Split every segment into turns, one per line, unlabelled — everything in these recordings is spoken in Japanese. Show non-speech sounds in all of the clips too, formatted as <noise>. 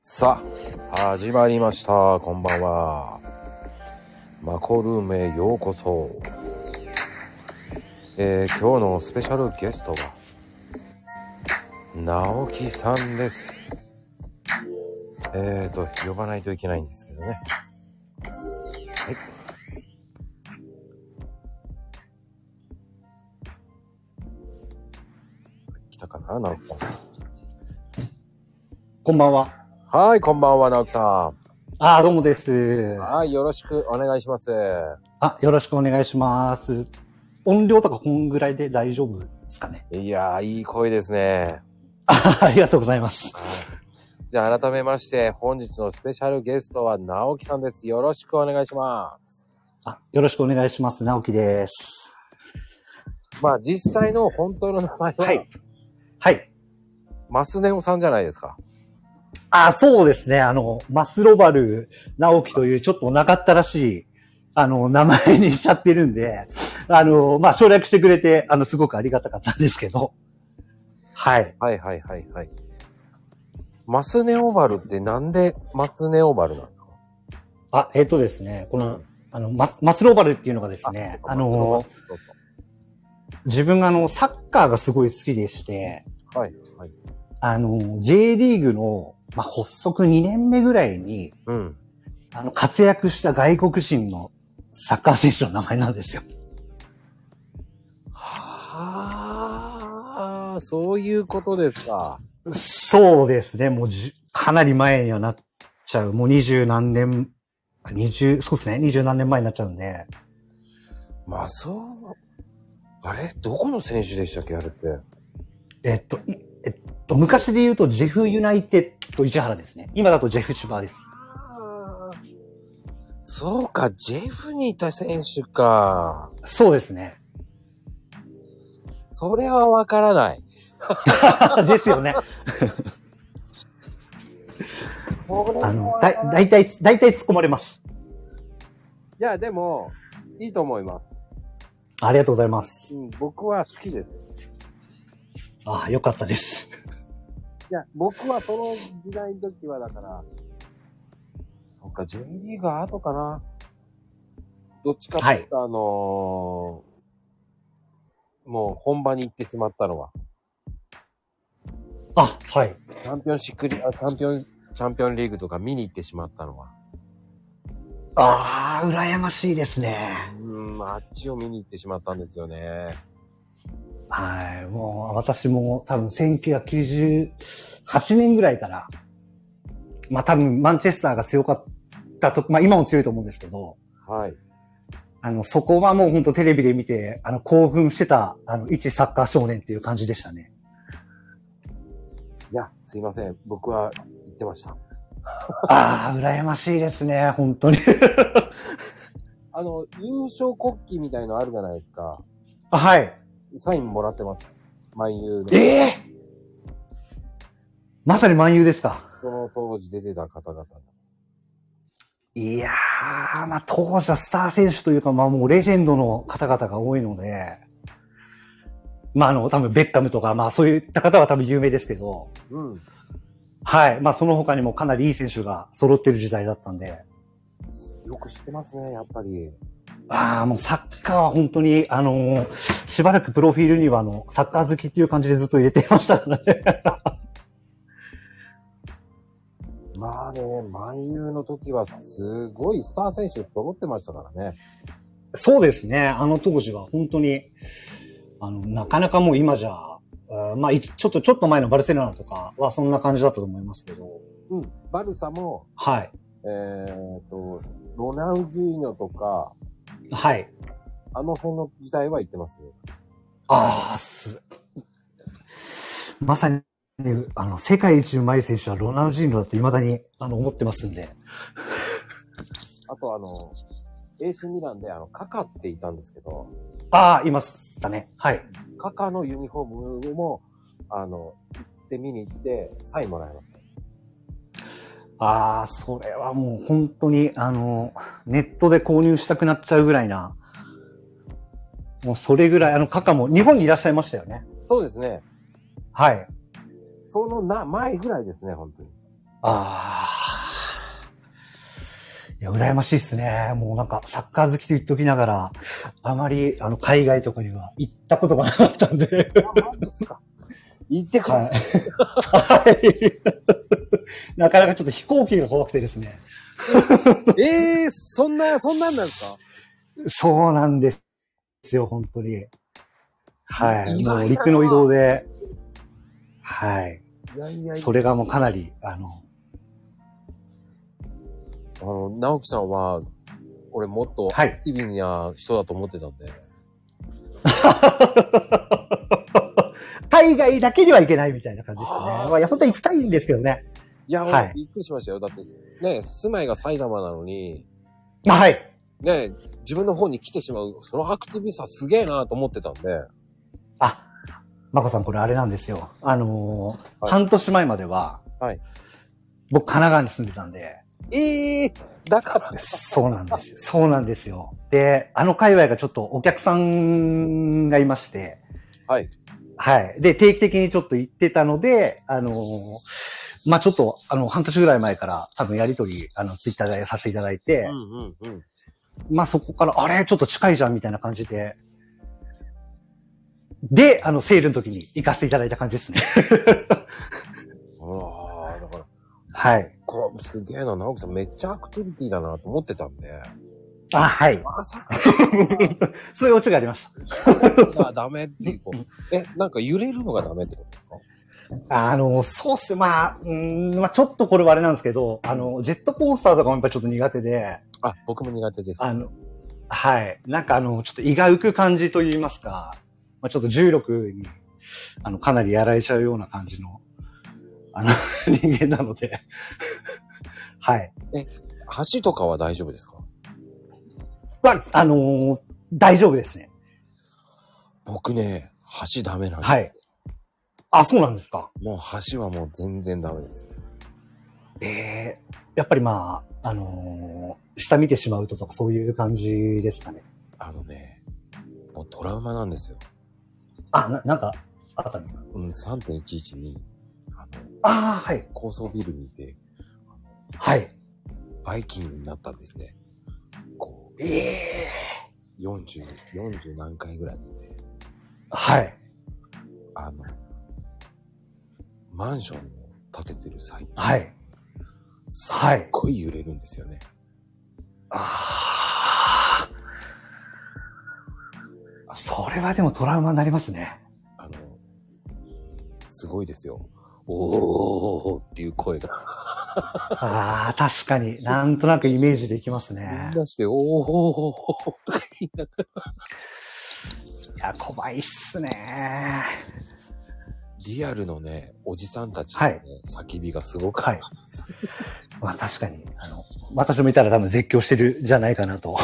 さあ始まりましたこんばんはマコルームへようこそ、えー今日のスペシャルゲストは直樹さんですえーと呼ばないといけないんですけどねはい来たかな直樹さん
こんばんは。
はいこんばんは直樹さん
ああ、どうもです。
はい、よろしくお願いします。
あ、よろしくお願いします。音量とかこんぐらいで大丈夫ですか <laughs> ね。
いやー、いい声ですね。
あありがとうございます。
じゃあ改めまして、本日のスペシャルゲストは直樹さんです。よろしくお願いします。
あ、よろしくお願いします。直樹です。
まあ実際の本当の名前は、
はいはい。
マスネオさんじゃないですか。
ああ、そうですね。あの、マスロバル直樹というちょっとなかったらしい、あの、名前にしちゃってるんで、あの、まあ、省略してくれて、あの、すごくありがたかったんですけど。はい。
はいはいはいはい。マスネオバルってなんでマスネオバルなんですか
あ、えっ、とですね、この、あの、マス、マスロバルっていうのがですね、あの
マスネオバルそうそ
自分があの、サッカーがすごい好きでして、
うはいはい。
あの、J リーグの、まあ、発足2年目ぐらいに、
うん。
あの、活躍した外国人のサッカー選手の名前なんですよ。
はあ、そういうことですか。
そうですね、もうじゅ、かなり前にはなっちゃう。もう二十何年、あ二十、そうですね、二十何年前になっちゃうんで。
マスオ、あれどこの選手でしたっけあれって。
えっと、いえっと、昔で言うとジェフユナイテッド市原ですね。今だとジェフチュバーです。
そうか、ジェフにいた選手か。
そうですね。 <laughs>
それはわからない。
ですよね。
それは
あの、だ、だいたい、だいたい突っ込まれます。
いや、でも、いいと思いま
ありがとうございます。
うん、僕は好きです。
ああ、よかったです。 <laughs>
いや、僕はその時代の時はだから、そっか、J リーグは後かな。どっちかっていうと、あのーもう本場に行ってしまったのは、
あ、はい。
チャンピオンシックリ、あチャンピオン、チャンピオンリーグとか見に行ってしまったのは、
ああ、羨ましいですね。
うん、あっちを見に行ってしまったんですよね。
はい。もう、私も多分1998年ぐらいから、まあ多分マンチェスターが強かったと、まあ今も強いと思うんですけど、
はい。
あの、そこはもう本当テレビで見て、あの、興奮してた、あの、一サッカー少年っていう感じでしたね。
いや、すいません。僕は行ってました。
ああ、羨ましいですね、本当に。 <laughs>
あの、優勝国旗みたいのあるじゃないですか。
あはい。
サインもらってます。万有の。
ええまさに万有ですか。
その当時出てた方々の。
いやー、まあ、当時はスター選手というか、まあ、もうレジェンドの方々が多いので、まあ、あの、多分ベッカムとか、まあ、そういった方は多分有名ですけど、
うん。
はい。まあ、その他にもかなりいい選手が揃ってる時代だったんで、
よく知ってますね、やっぱり。
ああ、もうサッカーは本当に、あのーしばらくプロフィールには、あの、サッカー好きっていう感じでずっと入れてましたからね。 <laughs>
まあね、万有の時はすごいスター選手揃ってましたからね。
そうですね。あの当時は本当に、あの、なかなかもう今じゃ、あーまあ、いちちょっと、ちょっと前のバルセロナとかはそんな感じだったと思いますけど、
うん。バルサも、
はい。
えー、と、ロナウジーニョとか、
はい。
あの辺の時代は行ってますよ。
ああ、す、まさに、あの、世界一うまい選手はロナウジーノだと未だに、あの、思ってますんで。
あとあの、AC ミランであの、カカっていたんですけど、
ああ、いましたね。はい。
カカのユニフォームも、あの、行って見に行って、サインもらいました。
ああ、それはもう本当に、あの、ネットで購入したくなっちゃうぐらいな。もうそれぐらい、あの、カカも日本にいらっしゃいましたよね。
そうですね。
はい。
そのな、前ぐらいですね、本当に。
ああ。いや、羨ましいっすね。もうなんか、サッカー好きと言っときながら、あまり、あの、海外とかには行ったことがなかったんで。
行ってください。
はい。なかなかちょっと飛行機が怖くてですね。
ええー、そんな、そんなんなんですか
そうなんですよ、本当に。は
意外
い。
だな
もう陸の移動で、はい。
いやいやいや
そ。れがもうかなり、あの、
あの、直樹さんは、俺もっと
は
ア
い
クティブな人だと思ってたんで。
海外だけには行けないみたいな感じですね。
あー
まあ、いや本当は行きたいんですけどね。
いや、俺、
はい
びっくりしましたよ。だって、ね、住まいが埼玉なのに、
はい。
ね、自分の方に来てしまう、そのアクティブさすげえなと思ってたんで。
あ、まこさんこれあれなんですよ。あのー
はい
半年前までは、
はい
僕神奈川に住んでた
<laughs>
んで、
ええー、だから、
そうなんです。そうなんですよ。で、あの界隈がちょっとお客さんがいまして、
はい。
はい。で、定期的にちょっと行ってたので、あのーまあ、ちょっと、あの、半年ぐらい前から多分やりとり、あの、ツイッターでさせていただいて、
うんうんうん。
まあ、そこから、あれちょっと近いじゃんみたいな感じで、で、あの、セールの時に行かせていただいた感じですね。 <laughs>
ああ、だから、
はい。
こう、すげえな、直樹さんめっちゃアクティビティだなと思ってたん <laughs> で。
あ、はい。
まさか
そういうオチがありました。
がダメっていう、こうえ、なんか揺れるのがダメってことですか
あの、そうっす。まあ、うーん、まあ、ちょっとこれはあれなんですけど、あの、ジェットコースターとかもやっぱりちょっと苦手で、
あ、僕も苦手です。
あの、はい。なんかあの、ちょっと胃が浮く感じと言いますか、まあ、ちょっと重力に、あの、かなりやられちゃうような感じの、あの、 <laughs> 人間なので、はい。
橋とかは大丈夫ですか
まあ、あのー大丈夫ですね。
僕ね、橋ダメなんで、
はい。あ、そうなんですか。
もう橋はもう全然ダメです。
ええやっぱりまあ、あのー下見てしまうととかそういう感じですかね。
あのね、もうトラウマなんですよ。
あ、な、なんか、あったんですか
うん、3.11に、あの、
ああ、はい。
高層ビルにいて、
はい。
バイキングになったんですね。こ
ええ
う、40、40何回ぐらいにいて、
はい。
あの、マンションを建ててる最中、
はい。
すっ
はい。
ごい揺れるんですよね。
ああ。それはでもトラウマになりますね。
あの、すごいですよ。おーっていう声が。
ああ、確かに。なんとなくイメージできます
み
ね
ん。なして、おーとか言いながら、
いや、怖いっすね。
リアルのね、おじさんたちの、
は
ね
い
叫びがすごく、
はい。まあ確かに、あの、私もいたら多分絶叫してるんじゃないかなと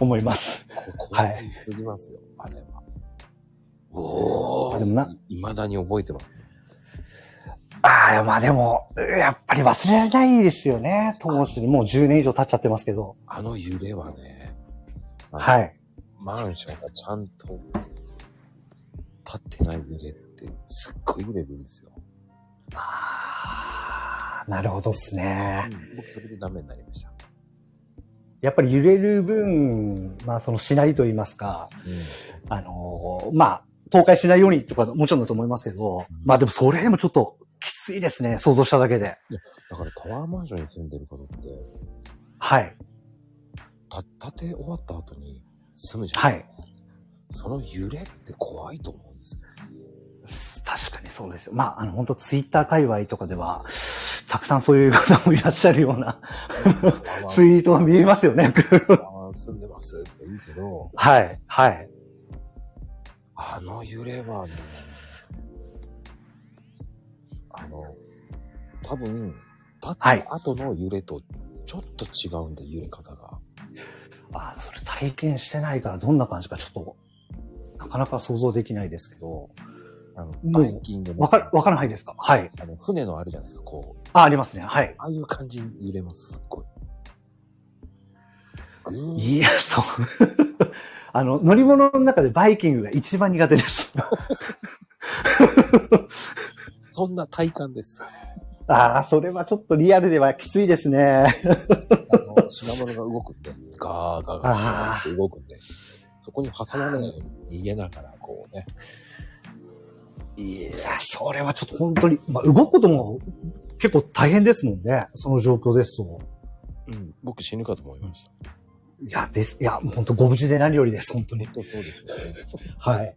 思います。
怖いすぎますよ、あれは。おー
でもな、
未だに覚えてます。
ああ、まあでも、やっぱり忘れられないですよね。当時にもう10年以上経っちゃってますけど。
あの揺れはね、。
はいい。
マンションがちゃんと、立ってない揺れって、すっごい揺れるんですよ。
ああ、なるほどっすね。
僕それでダメになりました。
やっぱり揺れる分、まあそのしなりと言いますか、あのーまあ、倒壊しないようにとかもちろんだと思いますけど、まあでもそれでもちょっときついですね、想像しただけで。
だからタワーマンションに住んでる方って、
はい。
た、建て終わった後に住むじゃん。
はい。
その揺れって怖いと思うんですよ。
確かにそうですよ。まあ、あの、本当ツイッター界隈とかでは、たくさんそういう方もいらっしゃるような <laughs> ツイートが見えますよね。
タワー住んでますとか言うけど、
はい。はい。
あの揺れはね、あの、多分、立った後の揺れとちょっと違うんで、揺れ方が。
あ、それ体験してないからどんな感じかちょっと、なかなか想像できないですけど、
あの、
もう
バイキングの
わかる、わからないですかはい。
あの、船のあるじゃないですか、こう。
あ、ありますね。はい。
ああいう感じに揺れます、すっごい。ぐーん
いや、そう。 <laughs> あの、乗り物の中でバイキングが一番苦手です。
そんな体感です。
<laughs> ああ、それはちょっとリアルではきついですね。
あの、 <laughs> 品物が動くって、ガーガーガーガーって動くんで、そこに挟まれないように逃げながら、こうね。
いや、それはちょっと本当に、まあ、動くことも結構大変ですもんね。その状況ですと。
うん、僕死ぬかと思いました。
いや、です。いや、もう本当ご無事で何よりです、本当に
本。当そうですよね。
はい。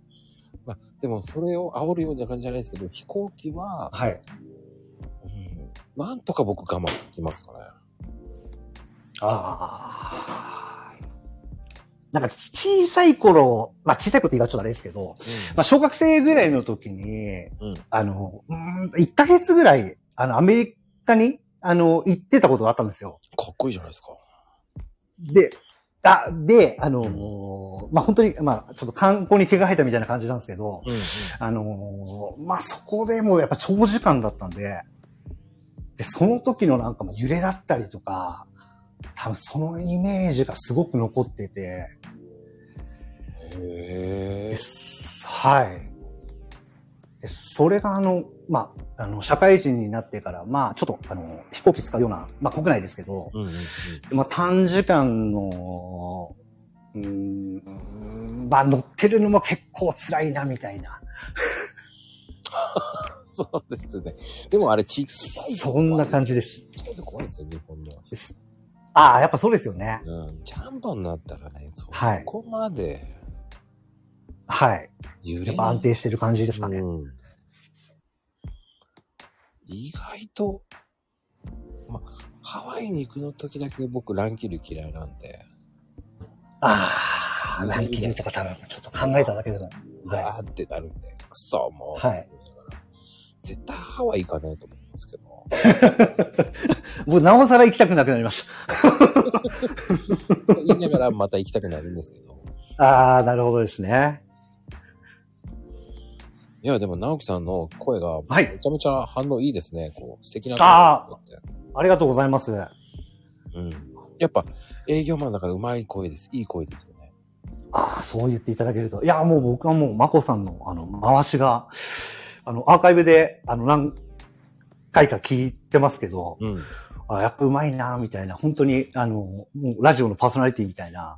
まあ、でもそれを煽るような感じじゃないですけど、飛行機は、
はい。
うん、なんとか僕我慢できますかね。
ああ。なんかち小さい頃、まあ小さいこと言いがちょっとあれですけど、まあ小学生ぐらいの時
う
に、
ん
あの、うーん1ヶ月ぐらい、あの、アメリカに、あの、行ってたことがあったんですよ。
かっこいいじゃないですか。
で、あ、で、あのーまあ本当に、まあちょっと観光に毛が生えたみたいな感じなんですけど、
うん、
あのーまあ、そこでもやっぱ長時間だったんで、で、その時のなんかも揺れだったりとか、多分そのイメージがすごく残ってて、
へ
で
え。
すはい。で、それがあの、まあ、あの、社会人になってから、まあ、ちょっとあの、飛行機使うような、まあ、国内ですけど、
うんうんうん、
まあ、短時間の、うーん、まあ、乗ってるのも結構辛いな、みたいな。
<laughs> そうですね。でもあれちっちゃい。
そんな感じです。
ちっちゃいと怖いですよ、日本の。
ああ、やっぱそうですよね。
うん。ジャンパーになったらね、そ
はい
こまで
はい。
揺れ
やっぱ安定してる感じですかね。
うん意外と、ま、ハワイに行くの時だけ僕乱気流嫌いなんで、
ああ、ランキングとか多分ちょっと考えただけでも。は
あーってなるんで、くそ、もう。
はい
絶対ハワイ行かないと思いますけど。
い。僕、なおさら行きたくなくなりまし
言いながらまた行きたくなるんですけど。
た。ああ、なるほどですね。
いや、でも直樹さんの声が、
はい
めちゃめちゃ反応いいですね。こう、素敵な声
あー
って。
ありがとうございます。あ
うん。やっぱ、営業マンだからうまい声です。いい声ですよね。
あ、そう言っていただけると。いや、もう僕はもう、まこさんの、あの、回しが、あの、アーカイブで、あの、何回か聞いてますけど、
うん。
あやっぱうまいな、みたいな。本当に、あの、もうラジオのパーソナリティみたいな、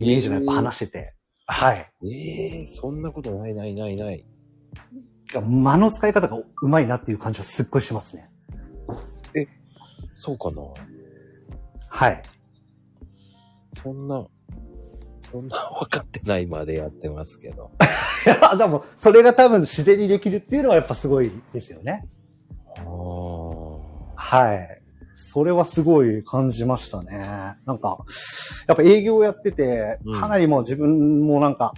イメージがやっぱ話してて。はい。
ええそんなことないないないない。
間の使い方がうまいなっていう感じはすっごいしますね。
そうかな。
はい。
そんな、そんな <laughs> 分かってないまでやってますけど。
いや、 <laughs> でも、それが多分自然にできるっていうのはやっぱすごいですよね。
ああ。
はい。それはすごい感じましたね。なんか、やっぱ営業をやってて
う、ん
かなりもう自分もなんか、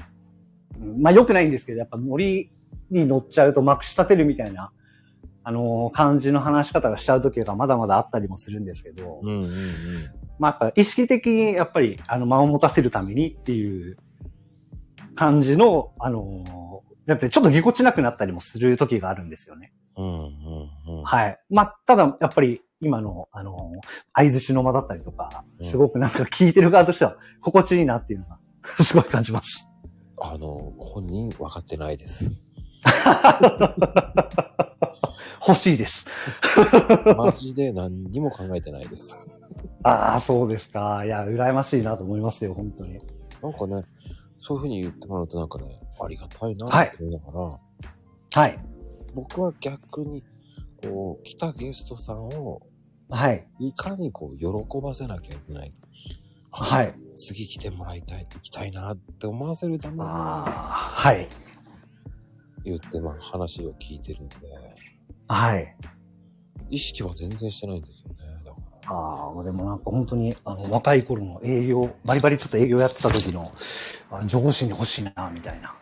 うんまあ良くないんですけど、やっぱノリに乗っちゃうとまくし立てるみたいな、あのー感じの話し方がしちゃう時がまだまだあったりもするんですけど、
うんうんうん。
まあ、やっぱ意識的にやっぱりあの間を持たせるためにっていう感じの、あのーだってちょっとぎこちなくなったりもする時があるんですよね。
うんうんうん。
はい。まあ、ただやっぱり今の、あのー相槌の間だったりとか、
うん
すごくなんか聞いてる側としては心地いいなっていうのが、 <laughs> すごい感じます。
あの、本人分かってない <laughs> です。
欲しいです。
マジで何にも考えてないです。
ああ、そうですか。いや、羨ましいなと思いますよ、本当に。
なんかね、そういうふうに言ってもらうとなんかね、ありがたいな
はい
って思いながら、
はい。
僕は逆に、こう、来たゲストさんを、
はい。
いかにこう、喜ばせなきゃいけない。
はい。
次来てもらいたい、行きたいなって思わせるために
ああー、はい。
言って、まあ話を聞いてるんで、
はい。
意識は全然してないんですよね。だから
ああ、でもなんか本当に、あの、若い頃の営業、バリバリちょっと営業やってた時の、あ上司に欲しいな、みたいな。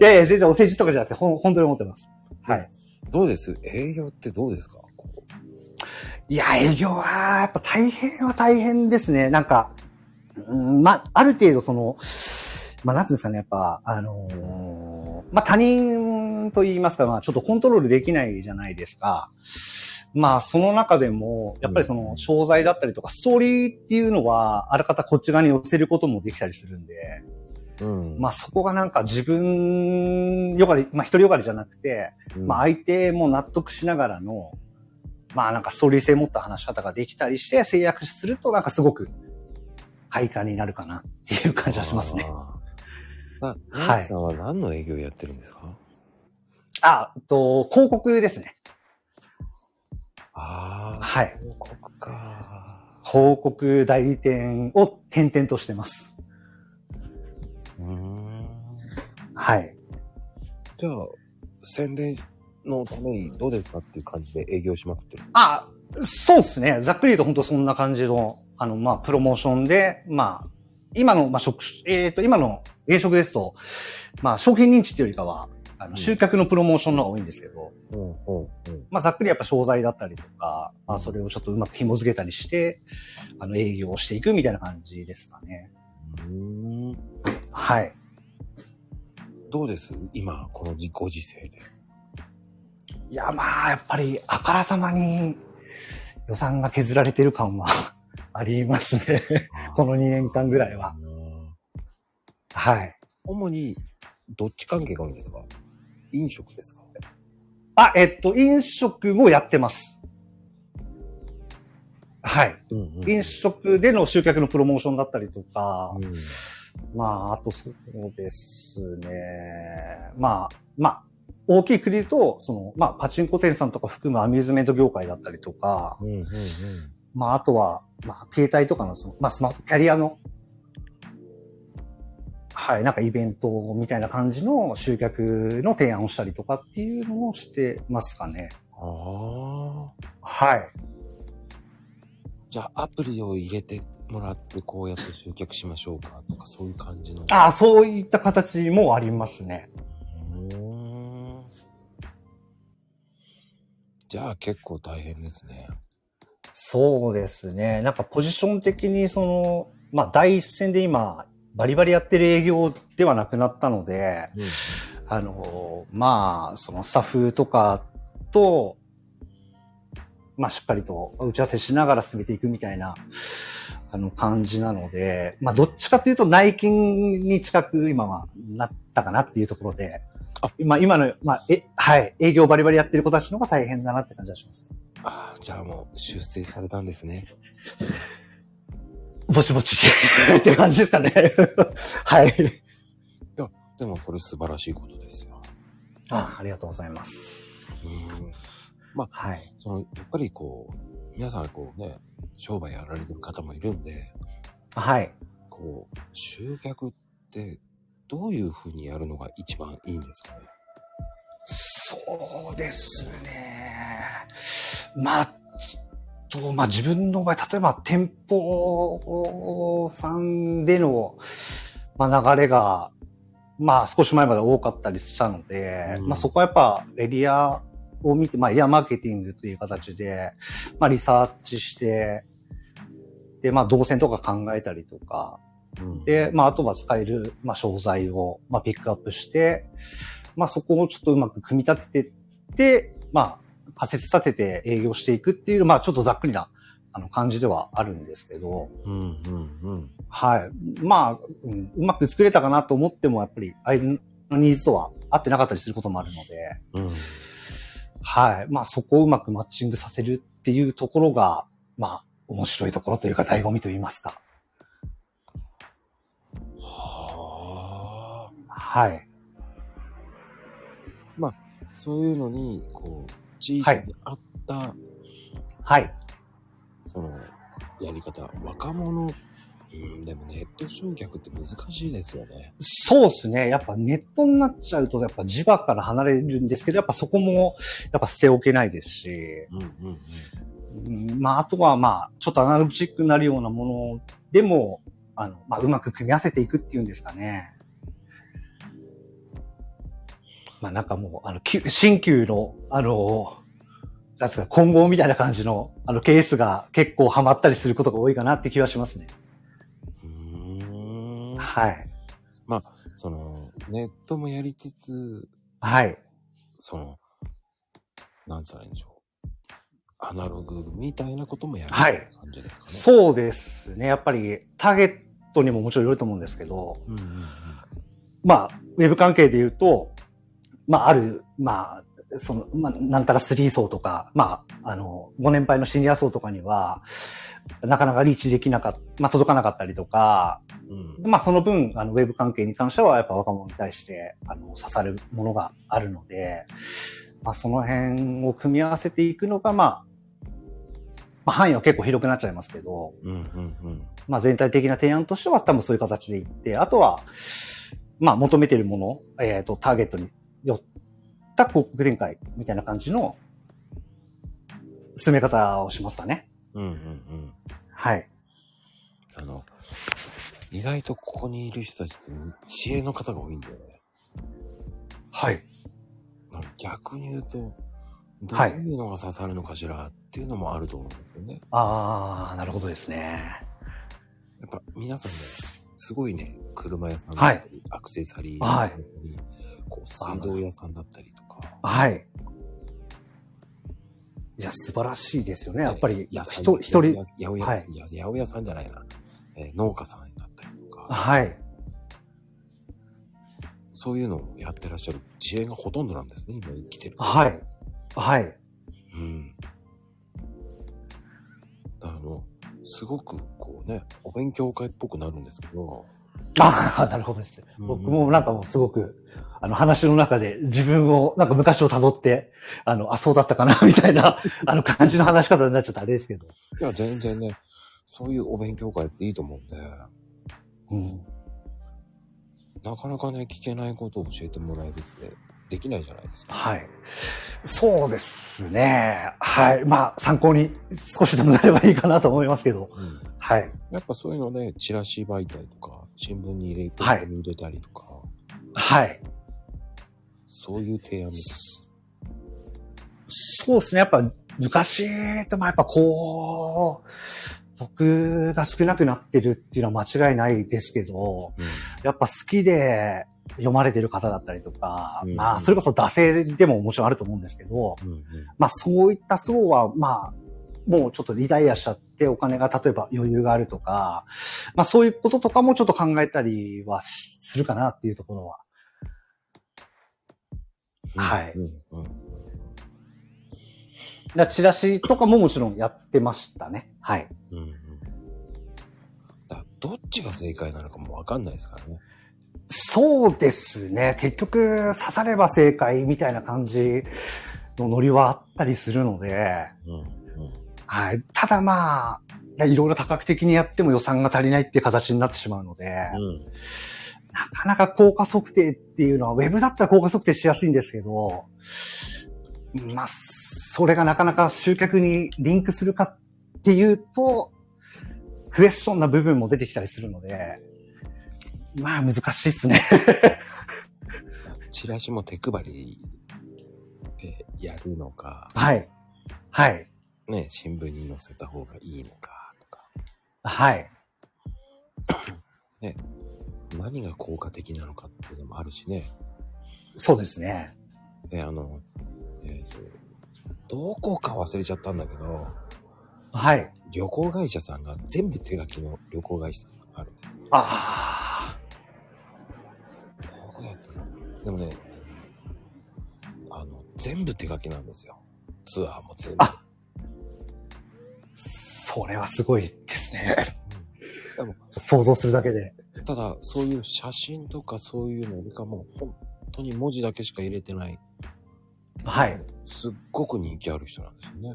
いやいや、全然お世辞とかじゃなくて、ほん、本当に思ってます。はい。
どうです営業ってどうですかこう
いや、営業は、やっぱ大変は大変ですね。なんか、うん、まあ、ある程度その、まあ、なんていうんですかね、やっぱ、あのーまあ、他人と言いますか、まあ、ちょっとコントロールできないじゃないですか。まあ、その中でも、やっぱりその、商材だったりとか、ストーリーっていうのは、あらかたこっち側に寄せることもできたりするんで、
うん。
まあそこがなんか自分よがり、まあ一人よがりじゃなくて、
うん
まあ相手も納得しながらの、まあなんかストーリー性持った話し方ができたりして制約するとなんかすごく快感になるかなっていう感じはしますね。
あー。な、
はい
ナオキさんは何の営業やってるんですか、
あ、えっと、広告ですね。
ああ、
はい。
広告か。
広告代理店を転々としてます。
うーん。
はい。
じゃあ、宣伝のためにどうですかっていう感じで営業しまくってる。
あ、そうですね。ざっくり言うと本当そんな感じの、あの、まあ、プロモーションで、まあ、今の、まあ、食、えっ、と、今の営食ですと、まあ、商品認知っていうよりかは、あ
う
の、
ん
集客のプロモーションの方が多いんですけど、
うん、うん、うん。
まあ、ざっくりやっぱ商材だったりとか、ま
う
あ、
ん
それをちょっとうまく紐付けたりして、あの、営業をしていくみたいな感じですかね。
うーん
はい。
どうです今、この時ご時世で。
いや、まあ、やっぱり、あからさまに予算が削られてる感は <laughs> ありますね。この2年間ぐらいは。
うん
はい。
主に、どっち関係が多いんですか飲食ですか
あ、えっと、飲食もやってます。はい。
うん、うん
飲食での集客のプロモーションだったりとか、
うん
まあ、あとそうですね。まあ、まあ、大きい国で言うと、その、まあ、パチンコ店さんとか含むアミューズメント業界だったりとか、
うん、うん、うん。
まあ、あとは、まあ、携帯とかの、その、まあ、スマートキャリアの、はい、なんかイベントみたいな感じの集客の提案をしたりとかっていうのをしてますかね。
ああ。
はい。
じゃあ、アプリを入れてもらって、こうやって集客しましょうかとか、そういう感じの。
ああ、そういった形もありますね。
うーんじゃあ結構大変ですね。
そうですね。なんかポジション的にその、まあ第一線で今、バリバリやってる営業ではなくなったので、あの、まあ、そのスタッフとかと、まあしっかりと打ち合わせしながら進めていくみたいな、あの感じなので、まあどっちかというと内勤に近く今はなったかなっていうところで
あ、
今、今の、まあ、え、はい、営業バリバリやってる子たちの方が大変だなって感じがします。
ああ、じゃあもう出世されたんですね。
ぼちぼち <laughs> って感じですかね。 <laughs> はい。
でもそれ素晴らしいことですよ。
あありがとうございます。
うん
はい。
その、やっぱりこう、皆さんこうね、商売やられてる方もいるんで、
はい。
こう、集客ってどういう風にやるのが一番いいんですかね。
そうですね。まあ、ちょっと、まあ自分の場合、例えば店舗さんでの、まあ流れが、まあ少し前まで多かったりしたので、
うん
まあそこはやっぱエリアを見て、まあエリアマーケティングという形で、まあリサーチして、で、まあ動線とか考えたりとか、
うん
で、まあ、あとは使える、まあ、商材を、まあ、ピックアップして、まあ、そこをちょっとうまく組み立ててって、まあ、仮説立てて営業していくっていう、まあ、ちょっとざっくりな、あの、感じではあるんですけど、
うんうんうん。
はい。まあ、うんうまく作れたかなと思っても、やっぱり、相手のニーズとは合ってなかったりすることもあるので、
うん
はい。まあ、そこをうまくマッチングさせるっていうところが、まあ、面白いところというか、醍醐味と言いますか。
はあ。
はい。
そういうのに、こう、地域
はい
に合った、
はい。
その、やり方、若者、うん、でもネット集客って難しいですよね。
そうですね。やっぱネットになっちゃうと、やっぱ磁場から離れるんですけど、やっぱそこも、やっぱ捨ておけないですし、
うんうん
うんまあ、あとはまあ、ちょっとアナログチックになるようなものでも、あの、まあ、うまく組み合わせていくっていうんですかね。まあ、なんかもう、あの、旧新旧の、あの、なんすか、混合みたいな感じの、あの、ケースが結構ハマったりすることが多いかなって気はしますね。
うん。うーん。
はい。
その、ネットもやりつつ、
はい。
その、なんつったらいいんでしょう。アナログみたいなこともやる
はい
感じですかね。
そうですね。やっぱりターゲットにももちろんよると思うんですけど、
うんうんうん。
まあ、ウェブ関係で言うと、まあ、ある、まあ、その、まあ、なんたら3層とか、まあ、あの、ご年配のシニア層とかには、なかなかリーチできなかった、まあ、届かなかったりとか、
うん。
まあ、その分、あの、ウェブ関係に関しては、やっぱ若者に対して、あの、刺さるものがあるので、まあ、その辺を組み合わせていくのが、まあ、まあ、範囲は結構広くなっちゃいますけど、
うん。うん。
まあ、全体的な提案としては多分そういう形でいって、あとは、まあ、求めてるもの、えっ、と、ターゲットによった広告展開みたいな感じの進め方をしますかね。
うん。うん。うん。
はい。
あの、意外とここにいる人たちって知恵の方が多いんだよね。
はい。
まあ逆に言うと、どう
はい
いうのが刺さるのかしらっていうのもあると思うんですよね。
ああ、なるほどですね。
やっぱ皆さんね、すごいね、車屋さんだ
は
っ
い
たり、アクセサリーだ
は
っ
い
たり、こう水道屋さんだったりとか、
はい。いや、素晴らしいですよね。やっぱり、
野菜
一人、一人、
八百屋、
はい
いや八百屋さんじゃないな、えー農家さんだったりとか、
はい。
そういうのをやってらっしゃる知恵がほとんどなんですね、今生きてる。
はい。はい。
うん。あの、すごくこうね、お勉強会っぽくなるんですけど、
ああ、なるほどです。
うん
僕もなんかもうすごく、あの話の中で自分を、なんか昔を辿って、あの、あ、そうだったかな、み <laughs> たいな、あの感じの話し方になっちゃったあれですけど。
いや、全然ね、そういうお勉強会っていいと思うんで、
うん。
なかなかね、聞けないことを教えてもらえるって、できないじゃないですか。
はい。そうですね。はい。まあ、参考に少しでもなればいいかなと思いますけど。
うん、
はい。
やっぱそういうのね、チラシ媒体とか、新聞に入れて、
はい
入れたりとか、
はい。
そういう提案です。
そうですね。やっぱ、昔と、まあやっぱこう、僕が少なくなってるっていうのは間違いないですけど、やっぱ好きで読まれてる方だったりとか、
うん
まあ、それこそ惰性でももちろんあると思うんですけど、
うんうん
まあ、そういった層は、まあ、もうちょっとリタイアしちゃってお金が例えば余裕があるとか、まあそういうこととかもちょっと考えたりはしするかなっていうところは。はい
うんうん
だからチラシとかももちろんやってましたね。はい。
うんうんだどっちが正解なのかもわかんないですからね。
そうですね。結局、刺されば正解みたいな感じのノリはあったりするので、
うん
はい。ただまあ、いろいろ多角的にやっても予算が足りないっていう形になってしまうので、
うん
なかなか効果測定っていうのは、ウェブだったら効果測定しやすいんですけど、まあ、それがなかなか集客にリンクするかっていうと、クエスチョンな部分も出てきたりするので、まあ難しいっすね。
チラシも手配りでやるのか、
はい。はい。
ね、新聞に載せた方がいいのかとか、
はい。
何が効果的なのかっていうのもあるしね。
そうですね。
で、あの、えっ、と、どこか忘れちゃったんだけど、
はい。
旅行会社さんが全部手書きの旅行会社さんがあるんですよ。
あ
どこだったかなでもね、あの、全部手書きなんですよ。ツアーも全部。
ああ。それはすごいですね。
でも
想像するだけで。
ただ、そういう写真とかそういうのよりかもう本当に文字だけしか入れてない、
はい。
すっごく人気ある人なんですよね。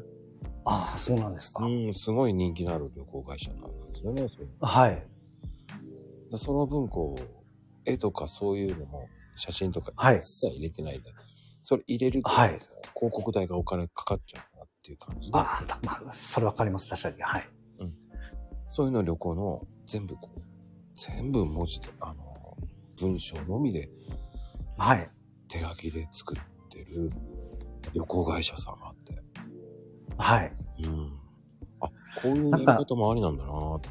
ああ、そうなんですか。
うん、すごい人気のある旅行会社なんですよね。それ
はい。
でその分こう、絵とかそういうのも写真とか
はい
一切入れてないんだ、それ入れると、
はい
広告代がお金かかっちゃうなっていう感じで、
ああ、たまあ、それわかります。確かに。はい。
そういうの旅行の全部こう、全部文字で、あの、文章のみで
はい。
手書きで作ってる旅行会社さんがあって、
はい。
うん。あ、こういうや
なん
り
か
方もありなんだなと思って。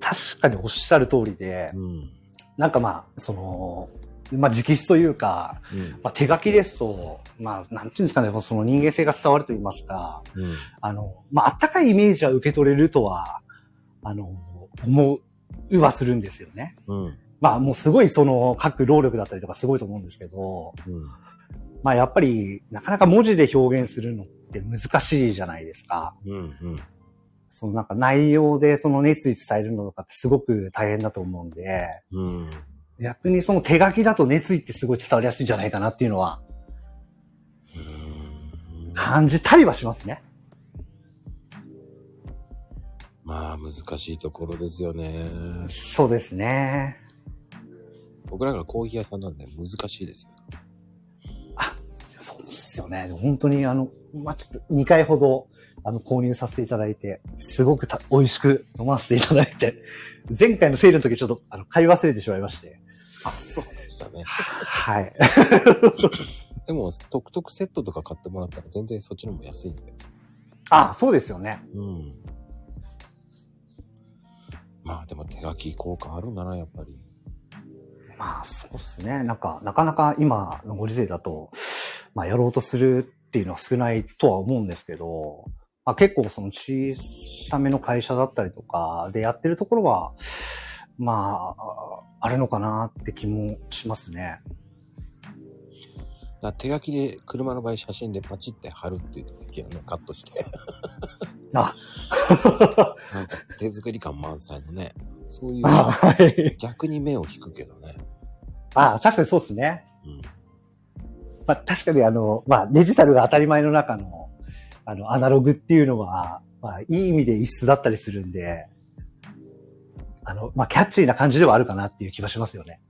確かにおっしゃる通りで
う、ん。
なんかまあ、その、まあ、直筆というか、
うん。
まあ、手書きですと、まあ、なんていうんですかね、その人間性が伝わると言いますか、
うん。
あの、まあ、あったかいイメージは受け取れるとは、あの、思うはするんですよね。
うん。
まあもうすごいその書く労力だったりとかすごいと思うんですけど、
うん。
まあやっぱりなかなか文字で表現するのって難しいじゃないですか。
うん。うん。
そのなんか内容でその熱意伝えるのとかってすごく大変だと思うんで、
うん。
逆にその手書きだと熱意ってすごい伝わりやすいんじゃないかなっていうのは感じたりはしますね。
まあ、難しいところですよね。
そうですね。
僕らがコーヒー屋さんなんで難しいですよ。 <laughs>
そうですよね。でも本当にあの、まあ、ちょっと2回ほどあの購入させていただいて、すごくた美味しく飲ませていただいて、前回のセールの時ちょっとあの買い忘れてしまいまして。
あ、そうなんですよね。
はい。 <laughs>
でも、特特セットとか買ってもらったら全然そっちのも安いんで。
あ、そうですよね。
うん。まあ、でも手書き効果あるんだな、やっぱり。
まあ、そうですね。なんか、なかなか今のご時世だと、まあ、やろうとするっていうのは少ないとは思うんですけど、まあ、結構その小さめの会社だったりとかでやってるところは、まあ、あるのかなって気もしますね。
だ手書きで車の場合写真でパチって貼るっていうのがいいけどね、カットして。
あ
なんか手作り感満載のね。そういう、
あはい。
逆に目を引くけどね。
あ確かにそうですね。
うん。
まあ、確かにあの、まあ、デジタルが当たり前の中の、あの、アナログっていうのは、まあ、いい意味で異質だったりするんで、あの、まあ、キャッチーな感じではあるかなっていう気はしますよね。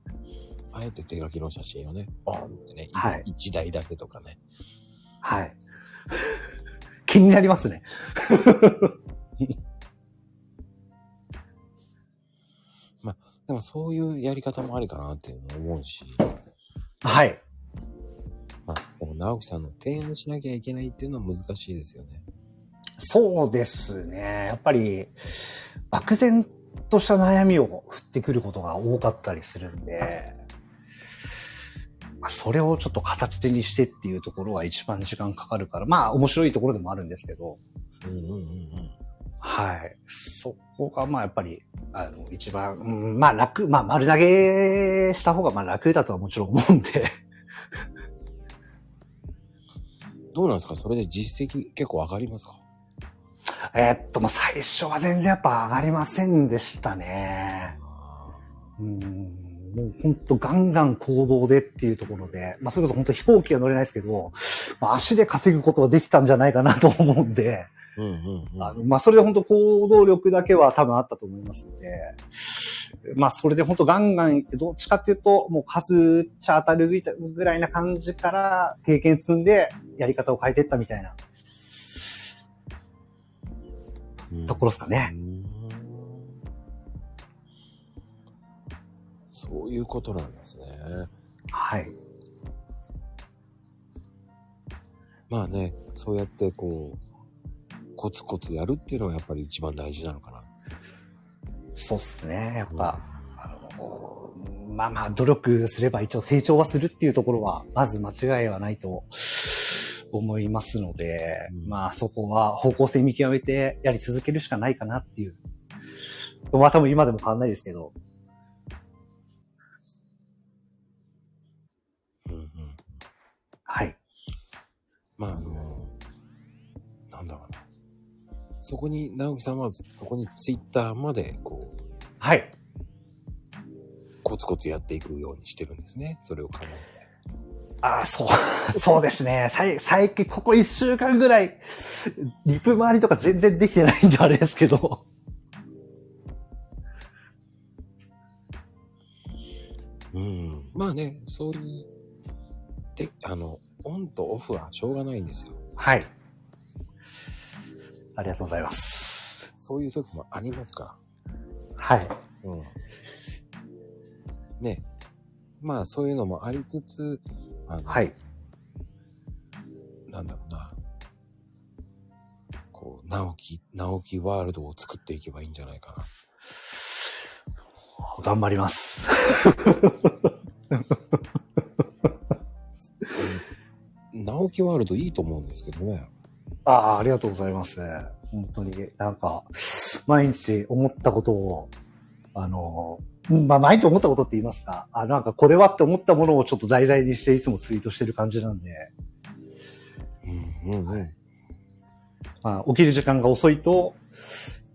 あえて手書きの写真をね、ボンってね、
はい
一台だけとかね。
はい。 <laughs> 気になりますね。
でもそういうやり方もありかなっていうのも思うし、
はい。
まあ、でも直樹さんの提案しなきゃいけないっていうのは難しいですよね。
そうですね。やっぱり、漠然とした悩みを振ってくることが多かったりするんで、まあ、それをちょっと形にしてっていうところは一番時間かかるから、まあ面白いところでもあるんですけど、
うんうんうん
はい。そこがまあやっぱり、あの、一番、うんまあ楽、まあ丸投げした方がまあ楽だとはもちろん思うんで、
うん。どうなんですかそれで実績結構上がりますか
えーっと、まあ最初は全然やっぱ上がりませんでしたね。うんもう本当ガンガン行動でっていうところで、まあそれこそ本当飛行機は乗れないですけど、まあ足で稼ぐことはできたんじゃないかなと思うんで、
うんうんうん。
あのまあそれで本当行動力だけは多分あったと思いますんで、まあそれで本当ガンガン行って、どっちかっていうと、もう数打っちゃ当たるぐらいな感じから経験積んでやり方を変えていったみたいな
うん
ところですかね。
そういうことなんですね。
はい。
まあね、そうやってこう、コツコツやるっていうのがやっぱり一番大事なのかな。
そうっすね。やっぱ、あの、まあまあ、努力すれば一応成長はするっていうところは、まず間違いはないと思いますので、
うん
まあそこは方向性見極めてやり続けるしかないかなっていう。まあ多分今でも変わんないですけど。
うんうん
はい。
まあ、あの、なんだろうな。そこに、直樹さんは、そこにツイッターまで、こう、
はい。
コツコツやっていくようにしてるんですね。それを考えて。
ああ、そう、 <laughs> そうですね。最、最近、ここ一週間ぐらい、リプ周りとか全然できてないんであれですけど。
うん。まあね、そういう、で、あの、オンとオフはしょうがないんですよ。
はい。ありがとうございます。
そういう時もありますから。
はい。
うん。ね。まあ、そういうのもありつつ、あの、
はい。
なんだろうな。こう、直樹、直樹ワールドを作っていけばいいんじゃないかな。
頑張ります。
直樹ワールドいいと思うんですけどね。
ああ、ありがとうございます。本当に、なんか、毎日思ったことを、あの、うんまあ、ないと思ったことって言いますか。あ、なんかこれはって思ったものをちょっと題材にしていつもツイートしてる感じなんで、
うんうんうん。
まあ、起きる時間が遅いと、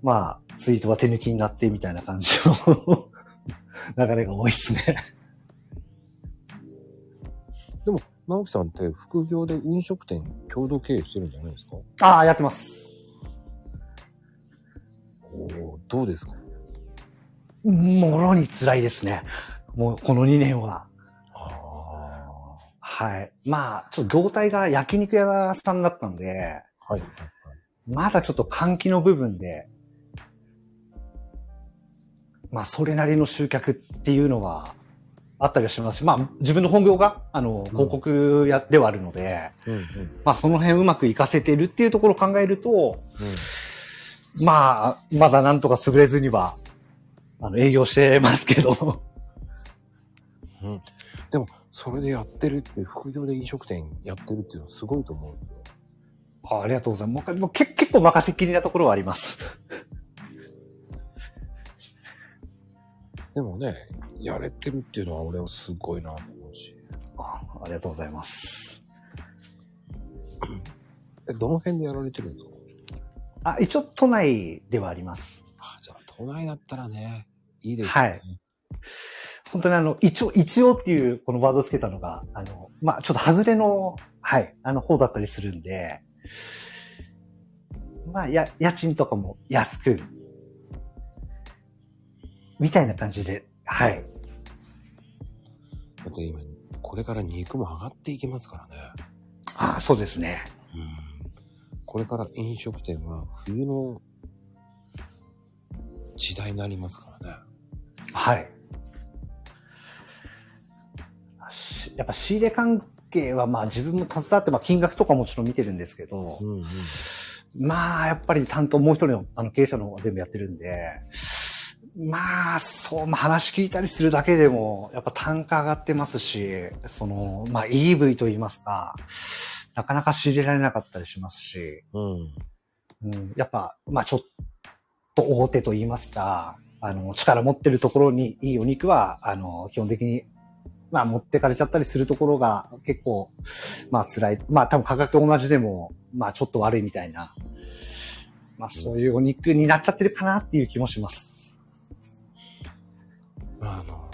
まあ、ツイートは手抜きになってみたいな感じの <laughs> 流れが多いですね。
直樹さんって副業で飲食店共同経営してるんじゃないですか
ああ、やってます。
おおどうですか
もろに辛いですね。もうこの2年は。
あ
はい。まあ、ちょっと業態が焼肉屋さんだったんで、
あ。はい。
まだちょっと換気の部分で、まあ、それなりの集客っていうのはあったりはしますし、まあ、自分の本業が、あの、広告やではあるので、
うんうん。
まあ、その辺うまく活かせてるっていうところを考えると、
うん
まあ、まだなんとか潰れずには、あの、営業してますけど、
でも、それでやってるって、副業で飲食店やってるっていうのはすごいと思うんですよ。
あありがとうございます。もう一回もうけ結構任せっきりなところはあります。
でもね、やれてるっていうのは俺はすごいなと思うし。
あありがとうございます。
え、どの辺でやられてるんですか
あ、一応都内ではあります。
あ、じゃあ都内だったらね、いいですね。
はい。本当にあの、一応、一応っていうこのワードつけたのが、あの、まあ、ちょっと外れの、はい、あの方だったりするんで、まあ、や、家賃とかも安く、みたいな感じで、はい。
だって今、これから肉も上がっていきますからね。
ああそうですね。
うん。これから飲食店は冬の時代になりますからね。
はい。しやっぱ仕入れ関係は、まあ自分も携わって、まあ金額とかもちろん見てるんですけど、
んうん。
まあ、やっぱり担当もう一人のあの経営者の方が全部やってるんで、まあ、そう、まあ話聞いたりするだけでも、やっぱ単価上がってますし、その、まあ EV と言いますか、なかなか仕入れられなかったりしますし、
うん。
うん、やっぱ、まあちょっと大手と言いますか、あの、力持ってるところにいいお肉は、あの、基本的に、まあ持ってかれちゃったりするところが結構、まあ辛い。まあ多分価格同じでも、まあちょっと悪いみたいな。まあそういうお肉になっちゃってるかなっていう気もします。
まあ、あの、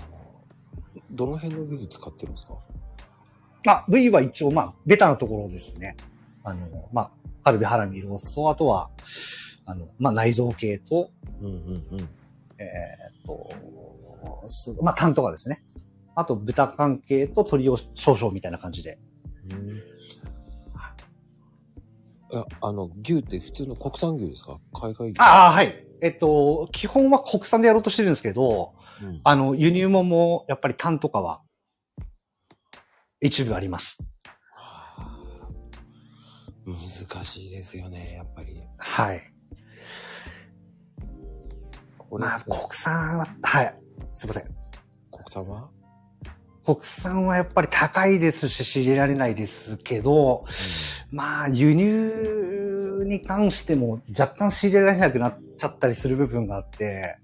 どの辺の技術使ってるんですか
まあ V は一応まあベタなところですね。あの、まあ、カルビ、ハラミ、ロースと、あとは、あの、まあ内臓系と、
うんうんうん。
えーっと、すまあ、タンとかですね。あと、豚関係と鳥を少々みたいな感じで。
いや、あの、牛って普通の国産牛ですか海外牛
ああ、はい。えっと、基本は国産でやろうとしてるんですけど、
うん
あの、輸入もも、やっぱりタンとかは、一部あります。
難しいですよね、やっぱり。
はい。
これ
まあ、国産は、はい。すいません。
国産は
国産はやっぱり高いですし、仕入れられないですけど、まあ、輸入に関しても若干仕入れられなくなっちゃったりする部分があって、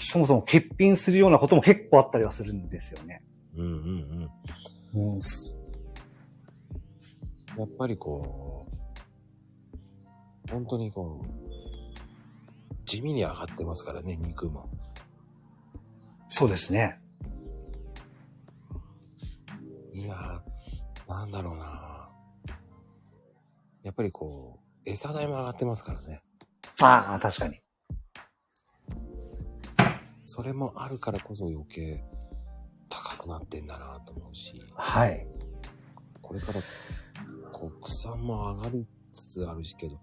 そもそも欠品するようなことも結構あったりはするんですよね。
うんうんうん
うん、
うん。やっぱりこう、本当にこう、地味に上がってますからね、肉も。
そうですね。
いやー、なんだろうなやっぱりこう、餌代も上がってますからね。
ああ、確かに。
それもあるからこそ余計高くなってんだなと思うし、
はい。
これから国産も上がりつつあるしけど、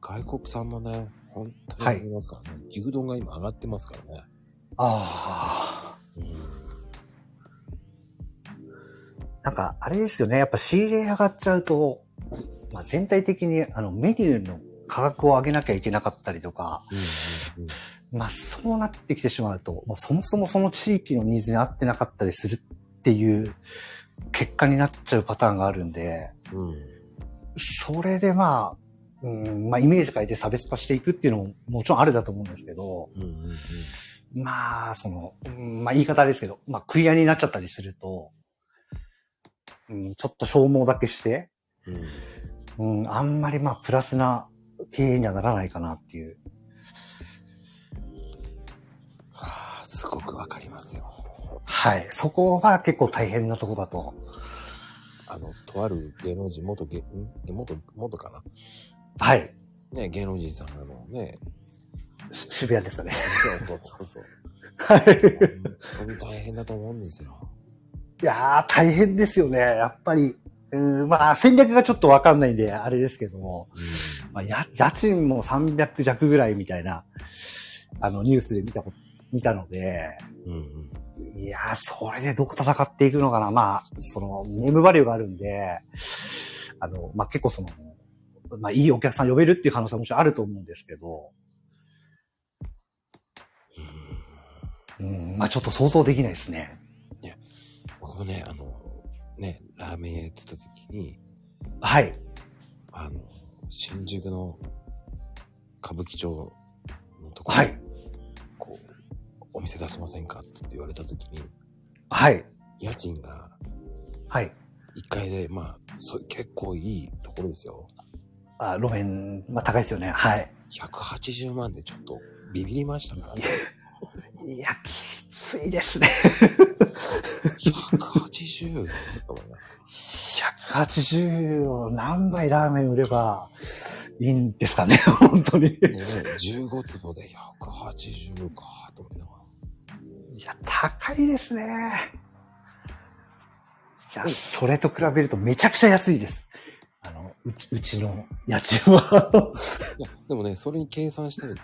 外国産もね、本当に上がりますからね。牛丼が今上がってますからね。
ああ。
うん。
なんか、あれですよね。やっぱ仕入れ上がっちゃうと、まあ、全体的にあのメニューの価格を上げなきゃいけなかったりとか、
うんうん
まあそうなってきてしまうと、もうそもそもその地域のニーズに合ってなかったりするっていう結果になっちゃうパターンがあるんで、
うん。うん。
それでまあ、うん、まあ、イメージ変えて差別化していくっていうのももちろんあるだと思うんですけど、うんうんうん、まあ、その、うん、まあ、言い方ですけど、まあ、食い屋になっちゃったりすると、うん、ちょっと消耗だけして、うん、うん、あんまりまあ、プラスな経営にはならないかなっていう。
はあ、すごくわかりますよ。
はい。そこが結構大変なとこだと。
あの、とある芸能人、元芸、元、元かな
はい。
ね、芸能人さん、あの
<laughs>
ね。
渋谷ですかね。
そうそうそう
はい。
本当に大変だと思うんですよ。
いやー、大変ですよね。やっぱり。うん、まあ、戦略がちょっとわかんないんで、あれですけども、うん、まあや、家賃も300弱ぐらいみたいな、あの、ニュースで見たこと、見たので、うん、うん、いやー、それでどう戦っていくのかな。まあ、その、ネームバリューがあるんで、あの、まあ、結構その、まあ、いいお客さん呼べるっていう可能性ももちろんあると思うんですけど、うん、まあ、ちょっと想像できないですね。
いや、僕もね、あの、ね、ラーメン屋やってた時に、
はい。
あの、新宿の歌舞伎町のとこ
ろ、はい。
こう、お店出せませんかって言われた時に、
はい。
家賃が、
はい。
1階で、まあ、そ結構いいところですよ。
あ、路面、まあ高いですよね。はい。
180万でちょっとビビりましたから、ね。
いや、きついですね。
180?
180を何杯ラーメン売ればいいんですかね、 <laughs> 本当に。
15坪で180か、と思いなが
ら。いや、高いですね。いや、それと比べるとめちゃくちゃ安いです。あの、うちうちの家賃は
いや。でもね、それに計算して、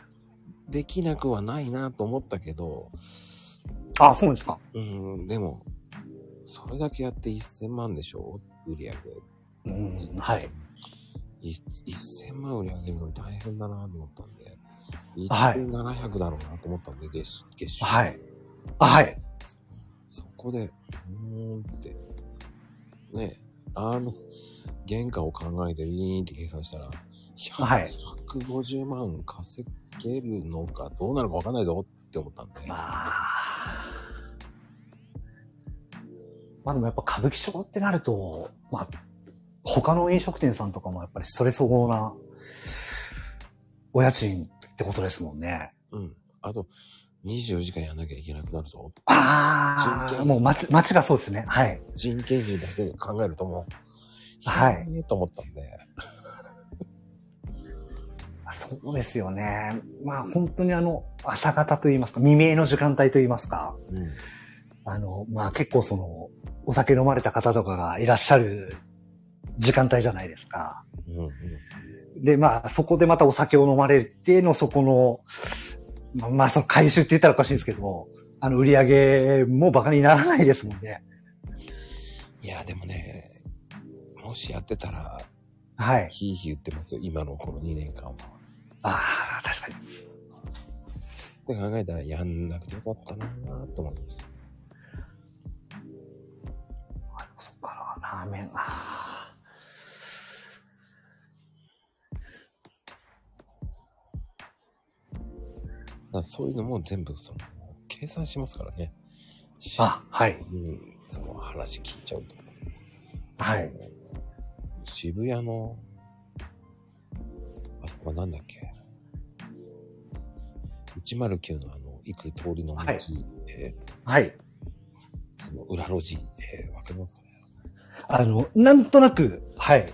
できなくはないなと思ったけど。
ああ、そうですか。
うん、でも、それだけやって1000万でしょ売り上
げ。うん、はい。
い1000万売り上げるのに大変だなと思ったんで、1700だろうなと思ったんで、月月収。
はい。はい。
そこで、うーんって、ね、あの、原価を考えてウィーンって計算したら、
はい。
150万稼げるのかどうなのかわかんないぞって思ったんで。
まあ。まあでもやっぱ歌舞伎町ってなると、まあ、他の飲食店さんとかもやっぱりそれ相応なお家賃ってことですもんね。
うん。あと、24時間やんなきゃいけなくなるぞ。
ああ、もう街、街がそうですね。はい。
人件費だけで考えるとも
う、はい。
ええと思ったんで。
そうですよね。まあ本当にあの、朝方と言いますか、未明の時間帯と言いますか、うん、あの、まあ結構その、お酒飲まれた方とかがいらっしゃる時間帯じゃないですか。うんうん、で、まあそこでまたお酒を飲まれてのそこの、まあ、まあその回収って言ったらおかしいんですけど、あの売り上げも馬鹿にならないですもんね。
いや、でもね、もしやってたら、
はい。
ひいひい言ってますよ、今のこの2年間は。
ああ、確か
に。で考えたらやんなくてよかったなぁと思いました。
あ、そっかな、ラーメン。あ
だそういうのも全部その計算しますからね。
あ、はい。
うん、その話聞いちゃうと。
はい。
渋谷の、あそこはなんだっけ ?109 のあの、行く通りの道、はい、え
ー、はい。
その裏路地、えー、わかりますかね
あの、なんとなく、はい。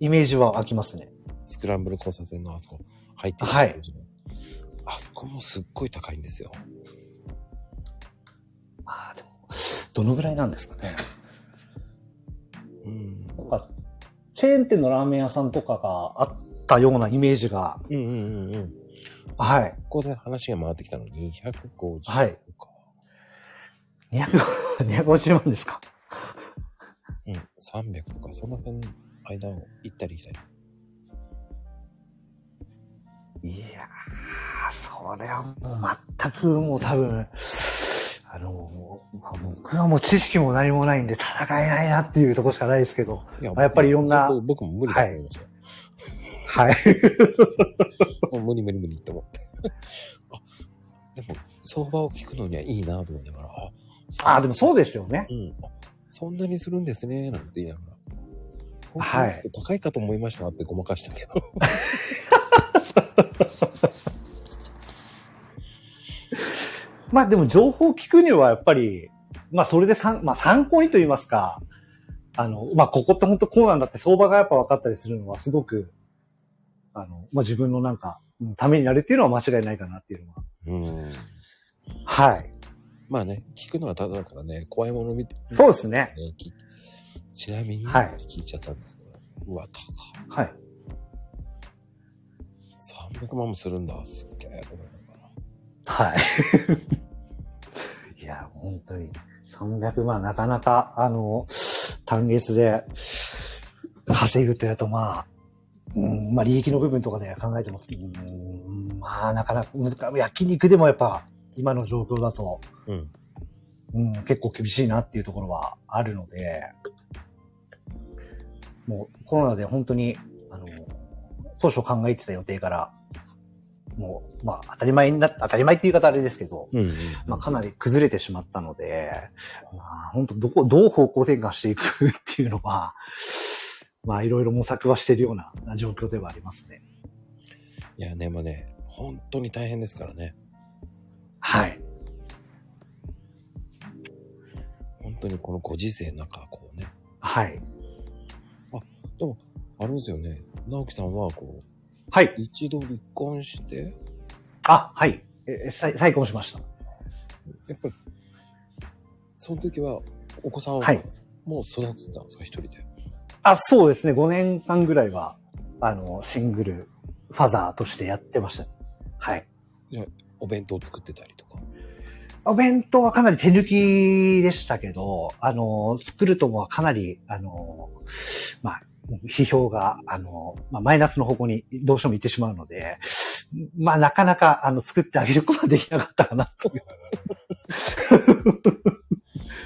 イメージは湧きますね。
スクランブル交差点のあそこ、入って
るはい。
あそこもすっごい高いんですよ。
ああ、でも、どのぐらいなんですかね。うん。なんか、チェーン店のラーメン屋さんとかがあったようなイメージが。
うんうんうんうん。
はい。
ここで話が回ってきたのに、250
はい。250万ですか
うん、300とか、その辺の間を行ったり来たり。
いやー、それはもう全くもう多分、あの、まあ、僕はもう知識も何もないんで戦えないなっていうとこしかないですけど、や,まあ、やっぱりいろんな。
僕も無理だと思いますよ。
はい。
もう無理無理無理って思って。あ、でも、相場を聞くのにはいいなと思いながら、あ、
あ、でもそうですよね。
うん、あそんなにするんですね、なんて言いながら。そん
は
ないこと高いかと思いましたってごまかしたけど。
まあでも情報を聞くにはやっぱり、まあそれで参まあ参考にと言いますか、あの、まあここって本当こうなんだって相場がやっぱ分かったりするのはすごく、あの、まあ自分のなんか、うんためになるっていうのは間違いないかなっていうのは。
うん。
はい。
まあね、聞くのはただだからね、怖いもの見て、
そうですね。
ねきちなみに、
はい
聞いちゃったんですけど、うわ、高い。
はい。
300万もするんだ、すっげえと思いながら。
はい。いや、本当に。300万なかなか、あの、単月で稼ぐってやると、まあ、うん、まあ利益の部分とかで考えても、うん、まあなかなか難しい。焼肉でもやっぱ、今の状況だと、
うん。
うん、結構厳しいなっていうところはあるので、もうコロナで本当に、あの、当初考えてた予定から、もう、まあ当たり前になっ当たり前っていう言い方あれですけど、
うん、うん。
まあ、かなり崩れてしまったので、まあ、本当どこ、どう方向転換していくっていうのは、まあ、いろいろ模索はしているような状況ではありますね。
いや、でもね、本当に大変ですからね。
はい。
本当にこのご時世の中、こうね。
はい。
あれですよね。直樹さんは、こう、
はい。
一度離婚して、
あ、はい。え、え再再婚しました。
やっぱり、その時は、お子さんを、
はい
もう育ててたんですか、一人で。
あ、そうですね。5年間ぐらいは、あの、シングルファザーとしてやってました。はい。
お弁当作ってたりとか。
お弁当はかなり手抜きでしたけど、あの、作るともかなり、あの、まあ、批評が、あの、まあ、マイナスの方向にどうしても行ってしまうので、まあ、なかなか、あの、作ってあげることはできなかったかなという。 <laughs>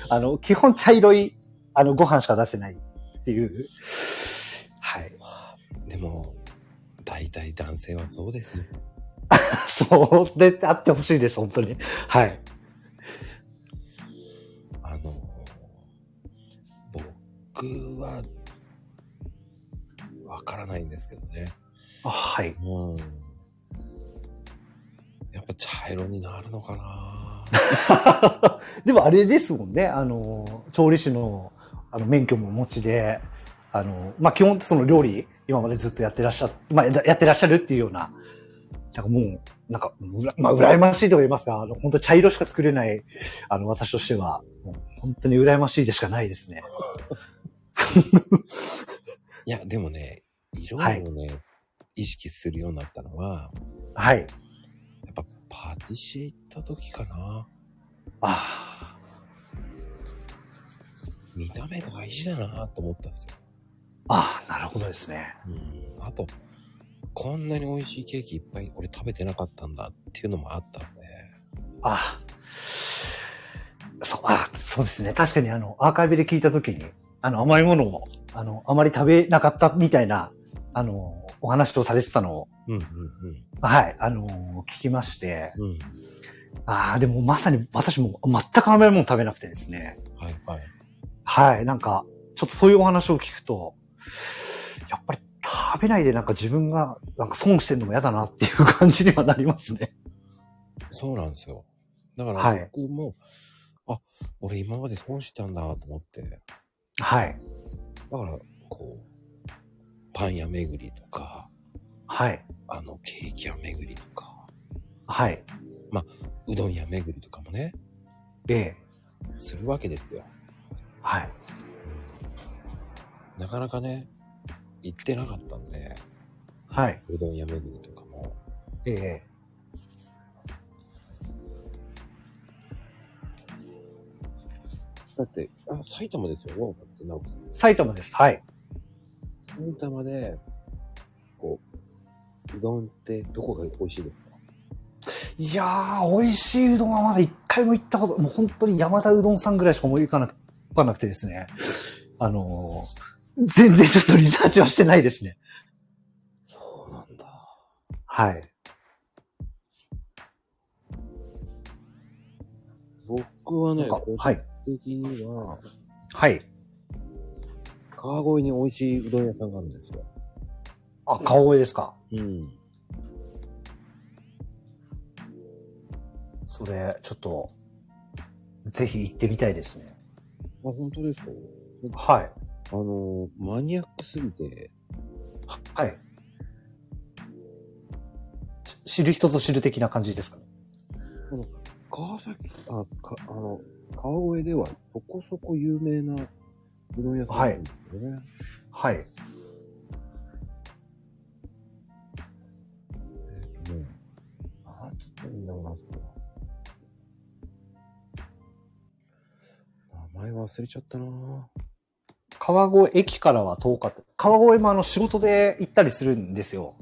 あの、基本茶色い、あの、ご飯しか出せないっていう。はい。
でも、大体男性はそうですよ。
<laughs> そうであってほしいです、本当に。はい。
あの、僕は、わからないんですけどね。
あはい。
うん。やっぱ茶色になるのかな
<laughs> でもあれですもんね、あの、調理師のあの免許もお持ちで、あの、まあ、基本その料理、今までずっとやってらっしゃ、まあ、ややってらっしゃるっていうような、なんかもう、なんか、うらまあ、羨ましいとか言いますか、あの、本当茶色しか作れない、あの、私としては、もう本当に羨ましいでしかないですね。
いや、でもね、色をね、
はい
意識するようになったのは、
はい。
やっぱパティシエ行った時かな。
あ
見た目大事だなと思ったんですよ。
あ、ああ、なるほどですね。
うん。あと、こんなに美味しいケーキいっぱい俺食べてなかったんだっていうのもあったんで。
ああ。そう、あそうですね。確かにあの、アーカイブで聞いたときに、あの、甘いものを、あの、あまり食べなかったみたいな、あの、お話をされてたのを、
うんうん
はい、あの、聞きまして、
うん。うん。
ああ、でもまさに私も全く甘いもの食べなくてですね。
はいはい。
はい、なんか、ちょっとそういうお話を聞くと、やっぱり食べないでなんか自分が、なんか損してんのも嫌だなっていう感じにはなりますね。
そうなんですよ。だか
は
ら
い
僕も、あ、俺今まで損したんだと思って。だ
はい、
から、こう、パン屋巡りとか、
はい、
あのケーキ屋巡りとか、
はい、
うどん屋巡りとかもね、
ええ、
するわけですよ。
はい。
なかなかね、行ってなかったんで、
はい。
うどん屋巡りとかも。
ええ。
だって、あ埼玉ですよ、ウォーカってなんか。
埼玉です。はい。
埼玉で、こう、うどんってどこが美味しいですか
いやー、美味しいうどんはまだ一回も行ったこと、もう本当に山田うどんさんぐらいしか思い浮かなく浮かなくてですね。あのー全然ちょっとリサーチはしてないですね。
そ
はい。
僕は
な
ね、
んか
個人
はい。
的には、
はい。
川越に美味しいうどん屋さんがあるんですよ。
あ、顔ですか。
うん。
それ、ちょっと、ぜひ行ってみたいですね。
あ、本当ですか
はい。
あの、マニアックすぎて、
はい。し知る人ぞ知る的な感じですかね。
川崎、あ、か、あの、川越ではそこそこ有名なうどん屋さんなんですよね。
はい。
ねなんつったらいいんだろうな、そこは名前忘れちゃったなぁ。
川越駅からは遠かった。川越もあの仕事で行ったりするんですよ。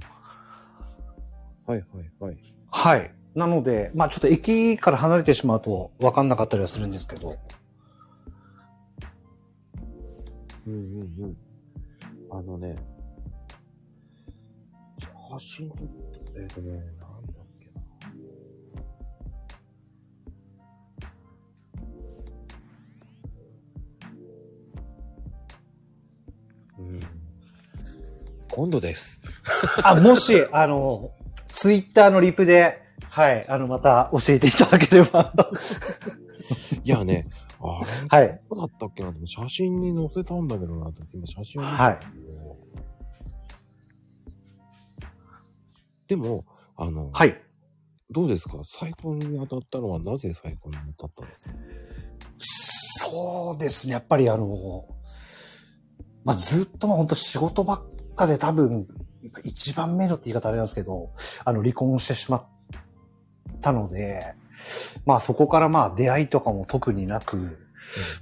はいはいはい。
はい。なので、まあちょっと駅から離れてしまうと分かんなかったりはするんですけど。
うんうんうん。あのね、写真撮って、えっ、とね、なんだっけな。うん。今度です。
あ、も <laughs> し、あの、ツイッターのリプで、はい、あの、また教えていただけれ <laughs> ば。
いやね、あれ、
はい。
どうだったっけなと思って写真に載せたんだけどなと思って、今写真を見た
はい
んだけど。でも、あの、
はい。
どうですか再婚に当たったのはなぜ再婚に当たったんです <laughs> か
そうですね。やっぱりあの、まあ、ずっと本当仕事ばっかで多分、一番目のって言い方あれなんですけど、あの、離婚してしまったので、まあそこからまあ出会いとかも特になく、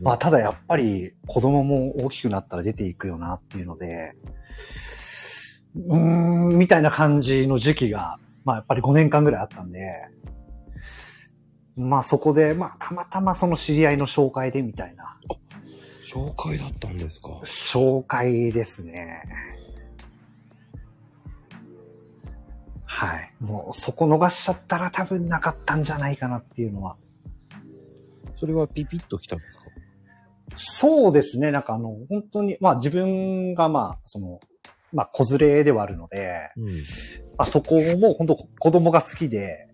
まあただやっぱり子供も大きくなったら出ていくよなっていうので、うーん、みたいな感じの時期が、まあやっぱり5年間ぐらいあったんで、まあそこで、まあたまたまその知り合いの紹介でみたいな、
紹介だったんですか
紹介ですね。はい。もうそこ逃しちゃったら多分なかったんじゃないかなっていうのは。
それはピピッと来たんですか
そうですね。なんかあの、本当に、まあ自分がまあ、その、まあ子連れではあるので、
うん。
まあそこも本当子供が好きで、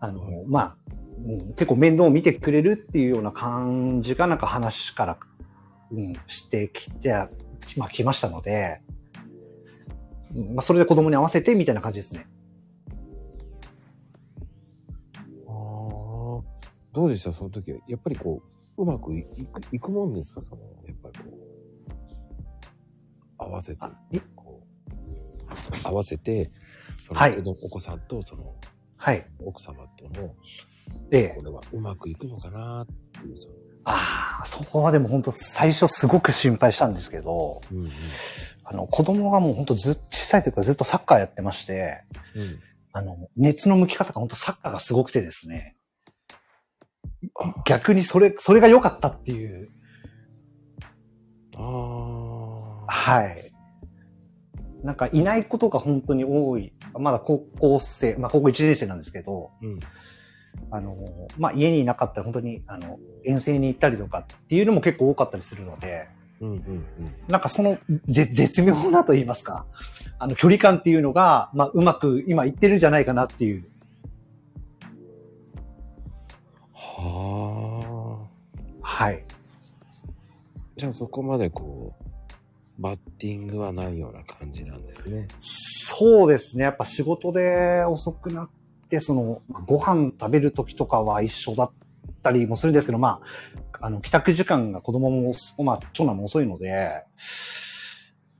あの、まあ、うん結構面倒を見てくれるっていうような感じがなんか話から、うん、してきて、まあ来ましたので、うんまあそれで子供に合わせてみたいな感じですね。
ああ。どうでしたその時は。やっぱりこう、うまくいく、いくもんですかその、やっぱりこう。合わせて
あい、
こう。合わせて、その、
はい
おお子さんと、その、
はい。
奥様との、
ええ
こ。れはうまくいくのかなっていう、その、
ああ、そこはでも本当最初すごく心配したんですけど、
うんうん。
あの、子供がもう本当ずっと、小さい時からずっとサッカーやってまして、
うん。
あの、熱の向き方が本当サッカーがすごくてですね
あ。
逆にそれ、それが良かったっていう。
ああ。
はい。なんかいないことが本当に多い。まだ高校生、まあ高校1年生なんですけど、
うん。
あの、まあ家にいなかったら本当に、あの、遠征に行ったりとかっていうのも結構多かったりするので、
うんうんうん。
なんかそのぜ絶妙なと言いますか、あの距離感っていうのが、まあうまく今いってるんじゃないかなっていう。
はあ。
はい。
じゃあそこまでこう、バッティングはないような感じなんですね。
そうですね。やっぱ仕事で遅くなって、その、まあご飯食べる時とかは一緒だったりもするんですけど、まあ、あの、帰宅時間が子供も、まあ、長男も遅いので、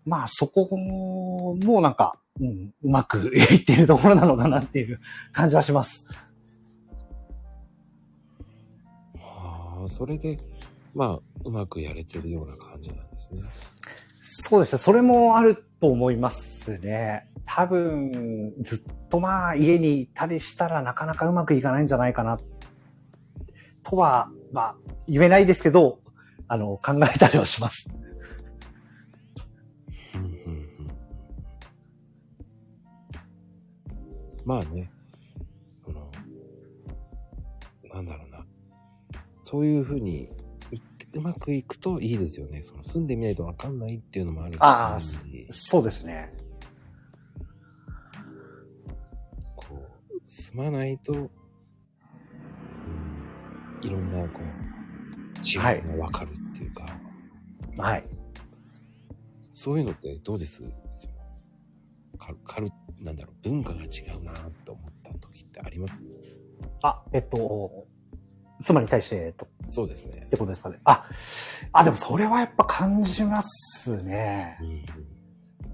まあ、そこもなんか、うん、うまく <laughs> いっているところなのかなっていう感じはします。
はあ。それで、まあ、うまくやれてるような感じなんですね。
そうですね。それもあると思いますね。多分、ずっとまあ、家にいたりしたらなかなかうまくいかないんじゃないかな、とは、まあ、言えないですけど、あの、考えたりはします。
うんうんうん。まあね、その、なんだろうな。そういうふうにいって、うまくいくといいですよね。その住んでみないとわかんないっていうのもあると思う
ああ
し
そうですね。
こう、住まないと、うん、いろんな、こう、違いがわかるっていうか、
はい。
そういうのってどうですかかる、なんだろう、文化が違うなと思った時ってあります
あ、えっと、妻に対して、えっと、
そうですね
っ。てことですかね。あ、あ、でもそれはやっぱ感じますね
う。ん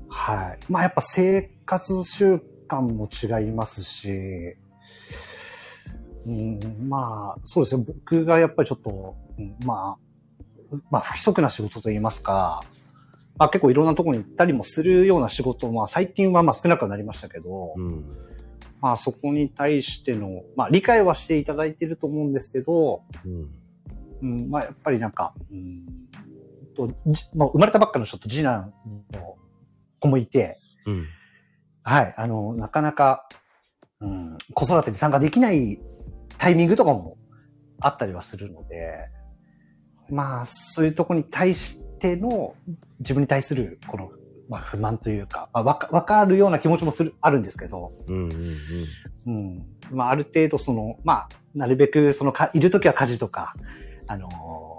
はい。まあやっぱ生活習慣も違いますし、うん、まあ、そうですね。僕がやっぱりちょっと、うんまあ、まあ不規則な仕事といいますか、まあ結構いろんなところに行ったりもするような仕事も、まあ最近はまあ少なくはなりましたけど、
うん。
まあそこに対しての、まあ理解はしていただいてると思うんですけど、
うん。
うん、まあやっぱりなんか、うんとじもう生まれたばっかのちょっと次男の子もいて、
うん。
はい、あの、なかなか、うん、子育てに参加できないタイミングとかもあったりはするので、まあそういうとこに対しての、自分に対するこの、まあ不満というか、まあわかわかるような気持ちもする、あるんですけど、
うん。うん。
うん。まあ、ある程度その、まあ、なるべくそのか、いるときは家事とか、あのー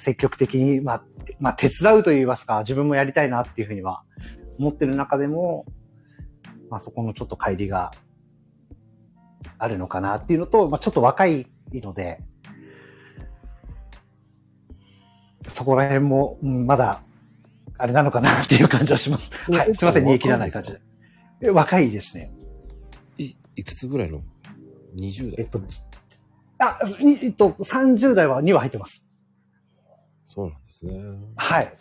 積極的に、まあ、てまあ、手伝うと言いますか、自分もやりたいなっていうふうには思ってる中でも、まあ、そこのちょっと乖離があるのかなっていうのと、まあ、ちょっと若いので、そこら辺も、うん、まだ、あれなのかなっていう感じはします。
え
はい。すいませ
奥さ
ん、
ん
煮え切らない感じで。え若いですね。
い、いくつぐらいの ?20
え
代
っ。と、あ、いえっと、30代は2は入ってます。
そうなんですね。
はい。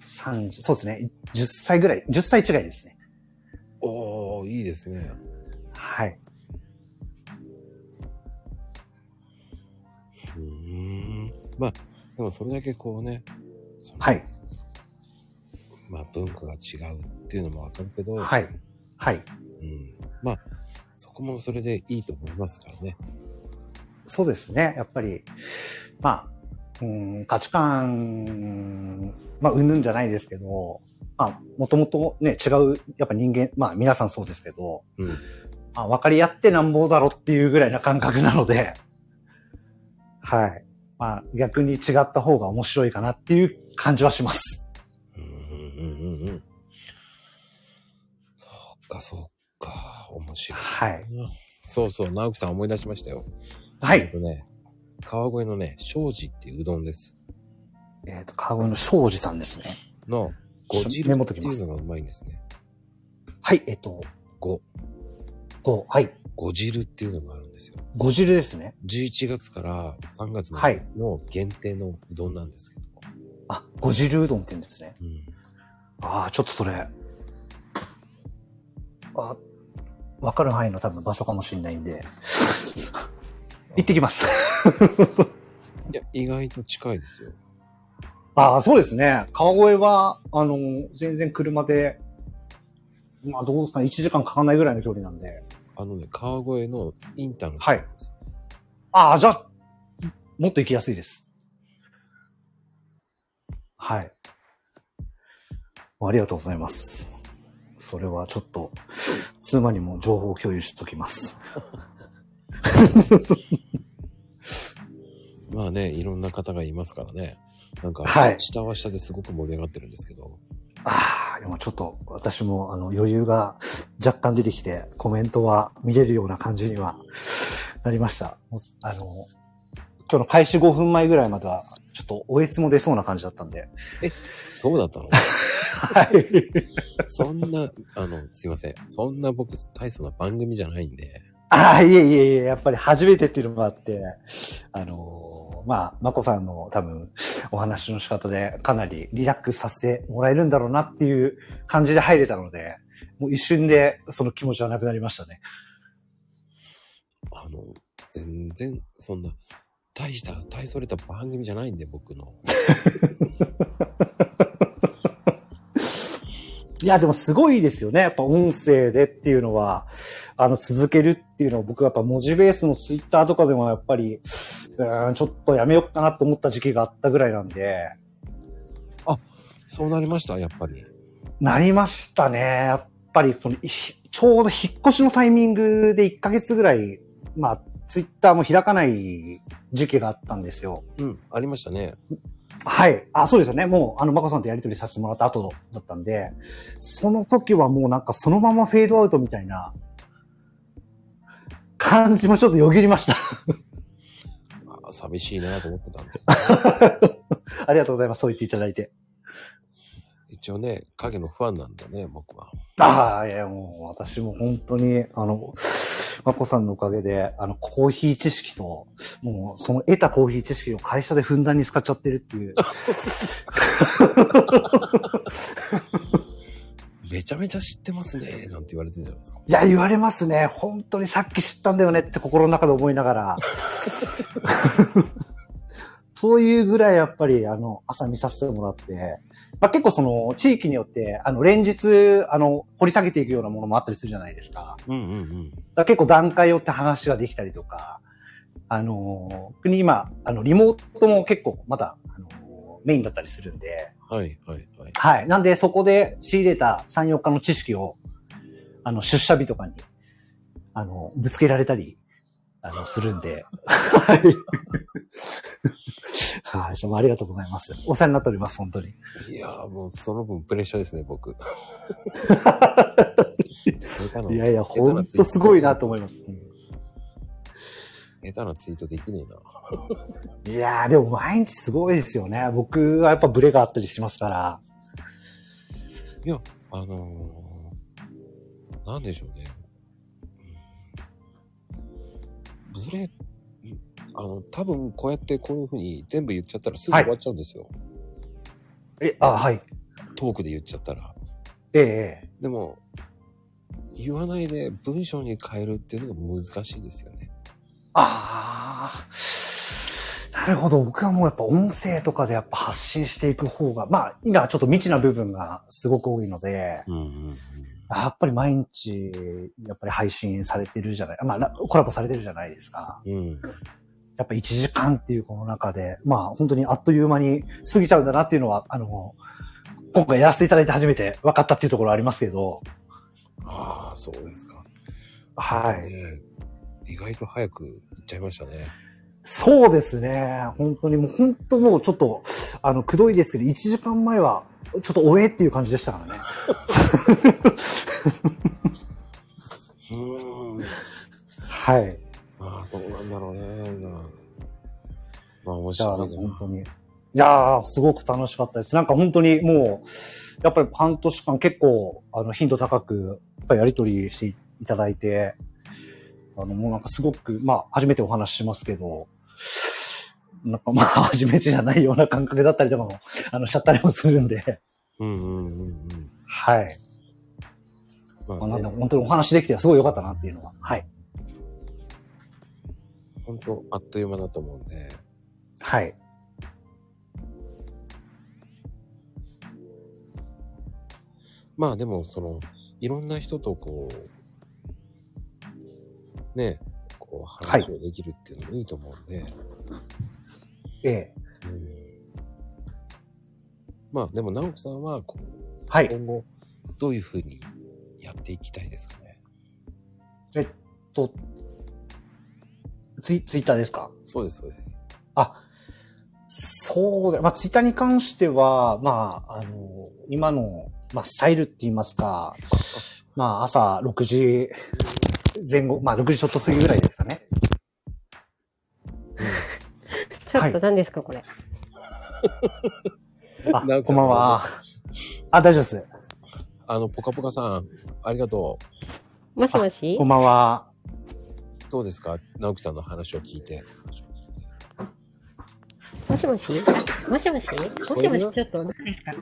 30、そうですね。10歳ぐらい、10歳違いですね。
おー、いいですね。
はい。
うーん。まあ、でもそれだけこうね、その
はい。
まあ文化が違うっていうのもわかるけど、
はい。はい。
うん。まあ、そこもそれでいいと思いますからね。
そうですね。やっぱり、まあ、うん、価値観、まあ、うんぬんじゃないですけど、まあ、もともとね、違う、やっぱ人間、まあ、皆さんそうですけど、
うん。
まあ、分かり合ってなんぼだろっていうぐらいな感覚なので、はい。まあ、逆に違った方が面白いかなっていう感じはします。
うんうんうんうんうん。そっか、そっか。面白い。
はい。
そうそう、直樹さん思い出しましたよ。
は
えっ
い。
とね、川越のね、庄司っていううどんです。
えっ、と、川越の庄司さんですね。
の、ご汁
メモ
っ
っと
て
き
い
ます
うのがうまいんですね。
はい。えっ、と、
ご、
ご、はい。
ご汁っていうのがあるんですよ。
ご汁ですね。
11月から3月ま
は
で
い
の限定のうどんなんですけど。
あ、ご汁うどんって言うんですね。
うん
ああ、ちょっとそれ。あ、わかる範囲の多分場所かもしれないんで。行ってきます。
いや、意外と近いですよ。
ああ、そうですね。川越は、あの、全然車で、まあ、どうですかね、1時間かかんないぐらいの距離なんで。
あのね、川越のインターンが
はい。ああ、じゃあ、もっと行きやすいです。はい。ありがとうございます。それはちょっと、妻にも情報を共有しときます。
まあね、いろんな方がいますからね。なんか、
はい
下は下ですごく盛り上がってるんですけど。
ああ、今ちょっと私もあの余裕が <sniffs> 若干出てきて、コメントは見れるような感じには <sniffs> なりました。もうあの、今日の開始5分前ぐらいまでは、ちょっとおえつも出そうな感じだったんで。
そうだった <laughs> の
はい。
そんな、あの、すいません。そんな僕、大層な番組じゃないんで。
<laughs> ああ、いえいえいえ、やっぱり初めてっていうのもあって、あのーまあ、まこさんの多分お話の仕方でかなりリラックスさせてもらえるんだろうなっていう感じで入れたので、もう一瞬でその気持ちはなくなりましたね。
あの、全然、そんな、大した、大それた番組じゃないんで、僕の。
いや、でもすごいですよね。やっぱ音声でっていうのは、あの、続けるっていうのは僕はやっぱ文字ベースのツイッターとかでもやっぱり、うん、ちょっとやめようかなと思った時期があったぐらいなんで、
そうなりましたやっぱり。
なりましたね。やっぱり、この、ひちょうど引っ越しのタイミングで1ヶ月ぐらい、まあ、ツイッターも開かない時期があったんですよ。
うん。ありましたね。
はい。あ、そうですよね。もう、あの、マコさんとやりとりさせてもらった後だったんで、その時はもうなんかそのままフェードアウトみたいな感じもちょっとよぎりました。 <laughs>
あ寂しいなと思ってたんですよ。
ありがとうございます。そう言っていただいて。
一応ね、影のファンなんだね、僕は。
ああ、いや、もう私も本当に、あの、マコさんのおかげで、あの、コーヒー知識と、もう、その得たコーヒー知識を会社でふんだんに使っちゃってるっていう。
めちゃめちゃ知ってますね、なんて言われてるじゃないですか。
いや、言われますね。本当にさっき知ったんだよねって心の中で思いながら。そういうぐらいやっぱり、あの、朝見させてもらって、まあ、結構その、地域によって、あの、連日、あの、掘り下げていくようなものもあったりするじゃないですか。
うんうんうん。
だから結構段階を追って話ができたりとか、あのー、国今、あの、リモートも結構まだ、あのーメインだったりするんで、
はいはいはい。
はい。なんで、そこで仕入れた3、4日の知識を、あの、出社日とかに、あの、ぶつけられたり、あの、するんで。はい。はい。そうありがとうございます。お世話になっております、本当に。
いやーもうその分プレッシャーですね、 <laughs> 僕。下手ない
やいや、ほんとすごいなと思います。
下手なツイートできねえな。
いやー、でも毎日すごいですよね。僕はやっぱブレがあったりしますから。
あのー、なんでしょうね。ブレ、うんあの、多分こうやってこういうふうに全部言っちゃったらすぐ
はい
終わっちゃうんですよ。
え、あ、はい。
トークで言っちゃったら。
ええええ
でも、言わないで文章に変えるっていうのが難しいですよね。
あー。なるほど。僕はもうやっぱ音声とかでやっぱ発信していく方が、まあ、今はちょっと未知な部分がすごく多いので、
うんうん。
やっぱり毎日、やっぱり配信されてるじゃない、まあ、ラコラボされてるじゃないですか。
うん。
やっぱ1時間っていうこの中で、まあ本当にあっという間に過ぎちゃうんだなっていうのは、あの、今回やらせていただいて初めて分かったっていうところはありますけど、
ああ、そうですか。
は
ね
い。
え意外と早く行っちゃいましたね。
そうですね。本当にもう本当もうちょっと、あの、くどいですけど、1時間前は、ちょっとおえっていう感じでしたからね。
うーん。
はい。
ああ、どうなんだろうね。まあ、まあ、面
だか
白
ら
いな
本。当に。いやー、すごく楽しかったです。なんか本当にもう、やっぱり半年間結構、あの、頻度高く、やっぱりやりとりしていただいて、あの、もうなんかすごく、まあ、初めてお話ししますけど、なんかまあ、初めてじゃないような感覚だったりとかも、あの、しちゃったりもするんで、
うんうんうんうん。
はい。
ま
ま
あ
あ、
ね
なんだろう本当にお話できてすごい良かったなっていうのは、はい。
本当あっという間だと思うんで、
はい。
まあでもそのいろんな人とこうねこう
はい
話をできるっていうのもいいと思うんで、
ええ。
うんまあでも直樹さんはこう
はい。
今後どういうふうにやっていきたいですかね
と、ツイ、ツイッターですか
そうですそうです
あ、そうだ。まあ、ツイッターに関しては、まあ、あの、今の、まあ、スタイルって言いますか、まあ、朝6時前後、まあ、6時ちょっと過ぎぐらいですか <laughs> ね。
ちょ
は
っ
い
と何ですか、これ。
な
あ、
んか
こんばんは。あ、大丈夫です。
あのポカポカさんありがと
もしもし
こんばんは。
うどうですか直樹さんの話を聞いて
もしもしもしもしもしもしちょっと何ですか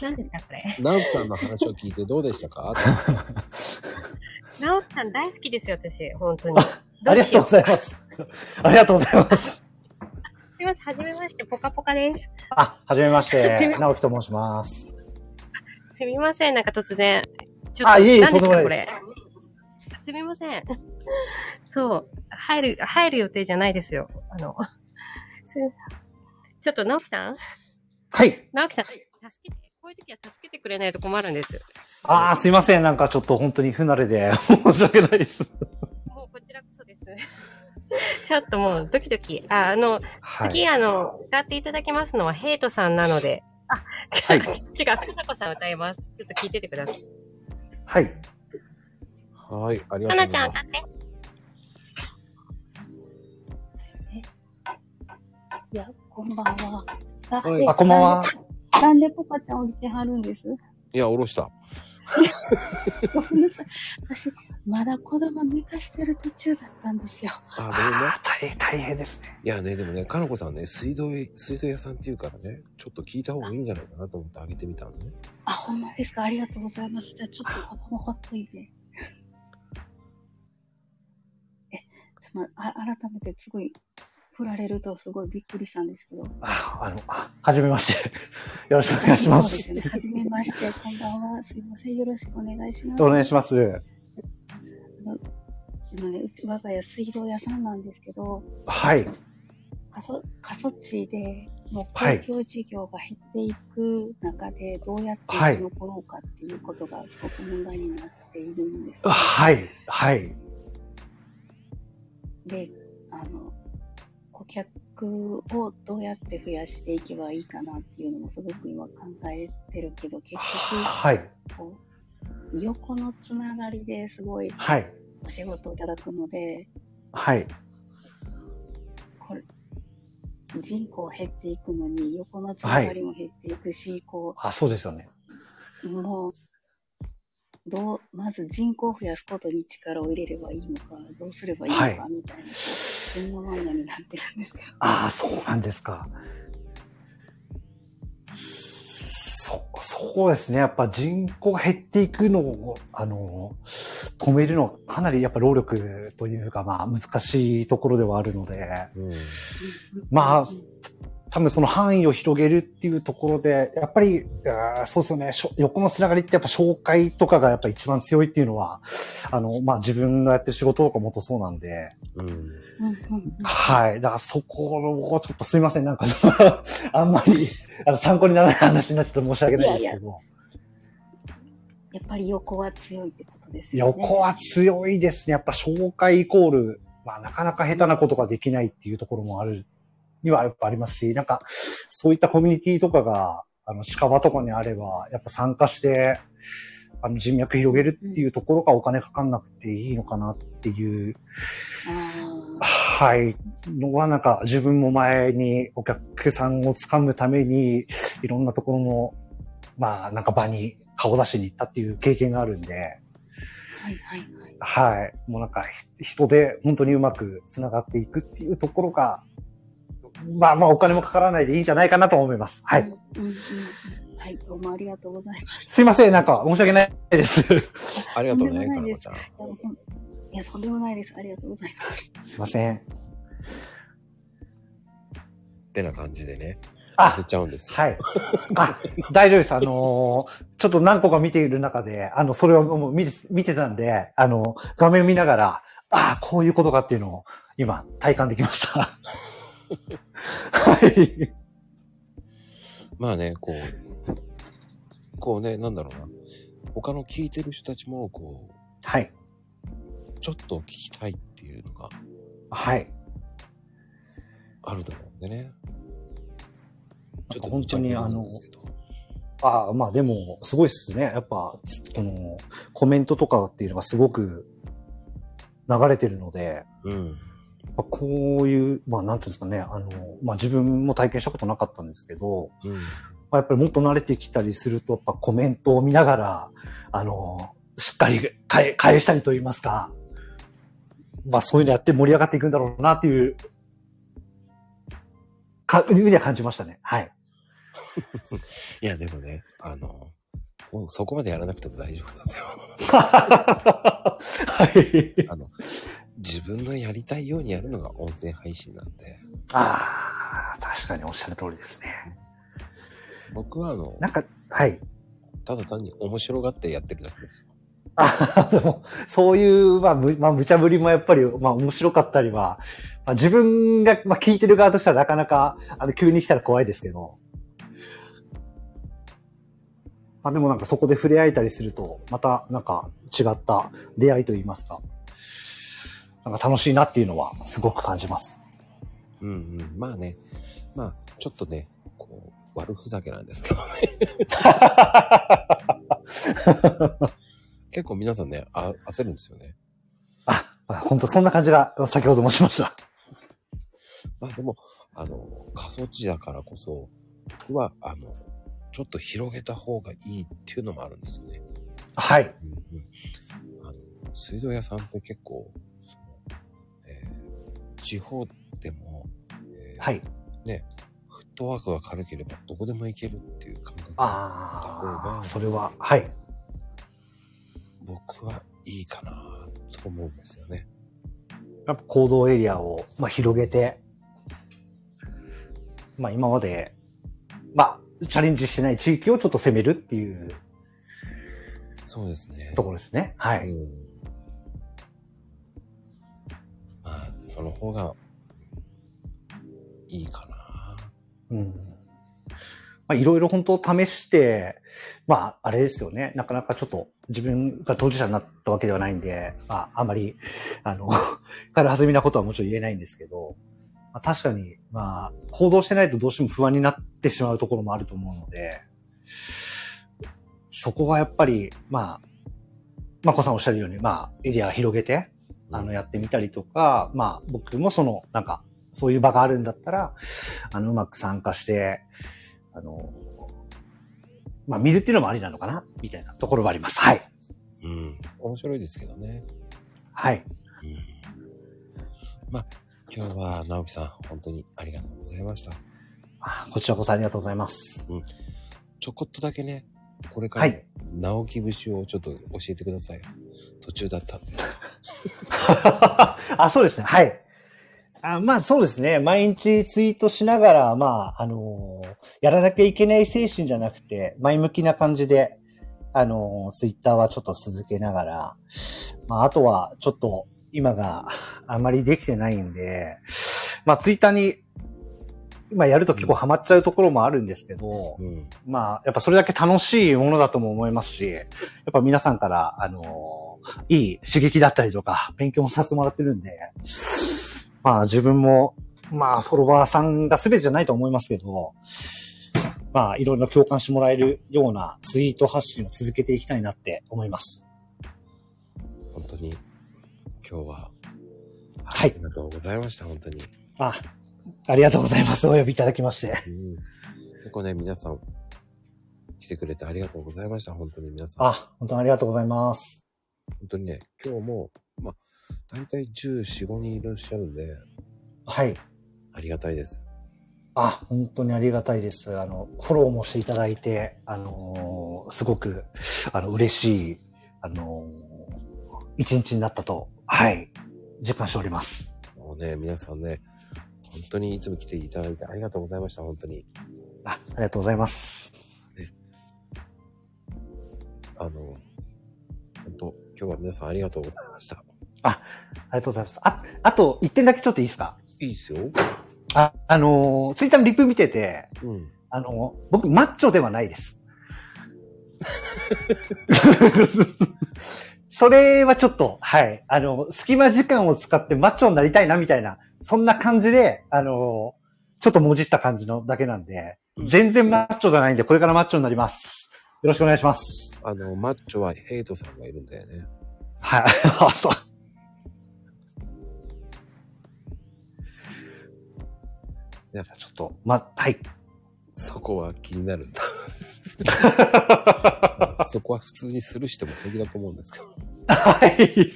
何ですか、これ。
直樹さんの話を聞いてどうでしたか
なおさん大好きですよ、私。本当に。
あり
ど
が
うし
とう
よう
ご。ざいます。 <laughs> ありがとうございます。
すみません、はじめまして、ぽかぽかです。
あ、はじめまし
はじ
て
め。
直樹と申します。
すみません、なんか突然。ち
あいえいえ
何です
とんで
か、
も
こ
ないで
れ。すみません。そう。入る、入る予定じゃないですよ。あの、すちょっと直樹さん
はい。
直樹さん、助けて、こういう時は助けてくれないと困るんです。
ああ、すいません。なんかちょっと本当に不慣れで <laughs> 申し訳ないです。
もうこちらこそです。 <laughs> ちょっともうドキドキ。あ、あの、
はい。
次、あの、歌っていただきますのはヘイトさんなので。あ、
はい
<laughs> 違う、かなこさん歌います。ちょっと聞いててください。
はい。
はい、ありが
か
とう
な
ご
ちゃ
ざいま
ん歌って。
いや、こんばんは。あ
はい
あ、こんばんは。。
えなんでポカちゃん降りてはるんです
す。いや、おろした。
ごめんなさい。私、まだ子供寝かしてる途中だったんですよ。
あ、ごめんね。
あー大変、大変ですね。
いやね、でもね、かのこさんね、水道へ、水道屋さんっていうからね、ちょっと聞いた方がいいんじゃないかなと思ってあげてみたのね。
あ、ほんまですかありがとうございます。じゃあちょっと子供ほっといて。え、ちょっと、まあ、改めてすごい、振られるとすごいびっくりしたんですけど。
あ、あの、あはじめまして。 <laughs> よろしくお願いしま
そ
す
う。ですよね。はじめまして、こんばんは。すいません。よろしくお願いします。
お願いします。
あのねうち我が家水道屋さんなんですけど、
はい。
過疎過疎地でもう
はい
公共事業が減っていく中でどうやって
はい
生き残ろうかっていうことがすごく問題になっているんです。
はい。はい。
であの顧客をどうやって増やしていけばいいかなっていうのもすごく今考えてるけど結
はい。
局こう横のつながりですごい
はい。
お仕事をいただくので
はい。
これ人口減っていくのに横のつながりも減っていくし、こう
あ、そうですよね。
もう、どう、まず人口を増やすことに力を入れればいいのか、どうすればいいのか、
はい
みたいな、そんなマニアになってるんですけど。
ああ、そうなんですか。そ、そうですね。やっぱ人口が減っていくのを、あの、止めるのはかなりやっぱ労力というか、まあ難しいところではあるので、
うん。
<laughs> まあ
う
多分その範囲を広げるっていうところで、やっぱり、あーそうですよね。しょ横のつながりってやっぱ紹介とかがやっぱ一番強いっていうのは、あの、まあ自分がやってる仕事とかもとそうなんで、
うん。
んうんうん
はい。だからそこをちょっとすいません。なんかその、 <laughs> あんまり、あの、参考にならない話になっちゃって申し訳ないですけど。
やっぱり横は強いってことですよね。
横は強いですね。やっぱ紹介イコール、まあなかなか下手なことができないっていうところもある、にはやっぱありますし、なんか、そういったコミュニティとかが、あの、近場とかにあれば、やっぱ参加して、あの、人脈広げるっていうところがお金かかんなくていいのかなっていう
あ
はい。のはなんか自分も前にお客さんを掴むためにいろんなところの、まあなんか場に顔出しに行ったっていう経験があるんで、
ーはいはいはい。
はい。もうなんかひ人で本当にうまく繋がっていくっていうところが、まあまあお金もかからないでいいんじゃないかなと思います。はい。
うんうんうんはい、どうもありがとうございます。
すいません。なんか申し訳ないです。 <laughs> す
ありがとう
とん
ね、
で
か
もない
の
で
こ
す
ちゃん。
いやほんいや、とんでもないです。ありがとうございます。
いません。
ってな感じでね、
あ
出、ちゃうんですよ。
はい。あ、大丈夫です。あのーちょっと何個か見ている中で、あの、それをもう見見てたんで、あの、画面見ながら、ああ、こういうことかっていうのを今体感できました。はい。
まあね、こう、こうね、なんだろうな。他の聞いてる人たちも、こ
はい。
う、ちょっと聞きたいっていうのが
はい。
あると思うんでね。ちょっと
本当にあの
無茶苦茶なんですけど
ああ、まあでも、すごいっすね。やっぱ、つこの、コメントとかっていうのがすごく流れてるので、
うん。
まあこういう、まあなんていうんですかね、あの、まあ自分も体験したことなかったんですけど、
うん。
まあ、やっぱりもっと慣れてきたりすると、やっぱコメントを見ながら、あの、しっかり返返したりと言いますか、まあそういうのやって盛り上がっていくんだろうなっていう、か、いうふうには感じましたね。 <laughs> はい。
いや、でもね、あの、そそこまでやらなくても大丈夫ですよ。 <laughs>
はい。
あの、自分のやりたいようにやるのが音声配信なんで、
ああ、確かにおっしゃる通りですね。
僕はあの、
なんか、はい。
ただ単に面白がってやってるだけですよ。
<laughs> あでも、そういう、まあ、む、まあ、無茶ぶりもやっぱり、まあ、面白かったりは、まあ、自分が、まあ、聞いてる側としてはなかなか、あの、急に来たら怖いですけど。まあ、でもなんかそこで触れ合えたりすると、また、なんか、違った出会いといいますか。なんか楽しいなっていうのは、すごく感じます。 <laughs>
うんうん。まあね。まあ、ちょっとね、こう、悪ふざけなんですけどね。結構皆さんね、あ焦るんですよね。
あ、本当そんな感じが、先ほどもしました。
まあでも、あの、過疎地だからこそ、僕は、あの、ちょっと広げた方がいいっていうのもあるんですよね。
はい。
うんうん。あの、水道屋さんって結構、そのえー地方でも、えー
はい。
フットワークが軽ければどこでも行けるっていう感覚。
ああ、それは、はい。
僕はいいかなと思うんですよね。
やっぱ行動エリアを、まあ、広げて、まあ、今まで、まあ、チャレンジしてない地域をちょっと攻めるっていう
そうですね。
ところですね。は
う
い。
ん。まあ、その方が、いいかな
うん。まあ、いろいろ本当試して、まあ、あれですよね。なかなかちょっと自分が当事者になったわけではないんで、まあ、あまり、あの、 <laughs> 軽はずみなことはもちろん言えないんですけど、まあ、確かに、まあ、行動してないとどうしても不安になってしまうところもあると思うので、そこはやっぱり、まあ、まこさんおっしゃるように、まあ、エリアを広げて、あの、やってみたりとか、まあ、僕もその、なんか、そういう場があるんだったら、あの、うまく参加して、あの、まあ、見るっていうのもありなのかなみたいなところはあります。はい。
うん。面白いですけどね。
はい。
うん。まあ、今日は直樹さん、本当にありがとうございました。
あこちらこそありがとうございます。
ちょこっとだけね、これか
は
ら、
い。
直樹節をちょっと教えてください。途中だったんで。
<laughs> あ、そうですね。はい。あまあそうですね。毎日ツイートしながら、まあ、あのーやらなきゃいけない精神じゃなくて、前向きな感じで、あのーツイッターはちょっと続けながら、まあ、あとはちょっと今があまりできてないんで、まあツイッターに今やると結構ハマっちゃうところもあるんですけど、
うん。
まあ、やっぱそれだけ楽しいものだとも思いますし、やっぱ皆さんから、あのーいい刺激だったりとか、勉強もさせてもらってるんで、まあ自分も、まあフォロワーさんが全てじゃないと思いますけど、まあいろいろ共感してもらえるようなツイート発信を続けていきたいなって思います。
本当に、今日は、
はい
ありがとうございました、本当に。
あ、ありがとうございます。お呼びいただきまして。
うん。結構ね、皆さん、来てくれてありがとうございました、本当に皆さん。
あ、本当にありがとうございます。
本当にね、今日も、まあ、大体14、5人いらっしゃるんで、
はい。
ありがたいです。
あ、本当にありがたいです。あの、フォローもしていただいて、あのーすごく、あの、嬉しい、あのー一日になったと、はい、実感しております。
もうね、皆さんね、本当にいつも来ていただいてありがとうございました、本当に。
あありがとうございます。
あの、本当、今日は皆さんありがとうございました。
ありがとうございます。あ、あと、一点だけちょっといいですか
いいですよ。
あ、あのーツイッターのリプ見てて、
うん。
あのー僕、マッチョではないです。それはちょっと、はい。あの、隙間時間を使ってマッチョになりたいな、みたいな、そんな感じで、あの、ちょっともじった感じのだけなんで、全然マッチョじゃないんで、これからマッチョになります。よろしくお願いします。
あの、マッチョはヘイトさんがいるんだよね。
はい。 <laughs> あ、そう。じゃあちょっと、ま、はい。
そこは気にな <laughs> るんだ。そこは普通にスルーしても平気だと思うんですけど。
はい。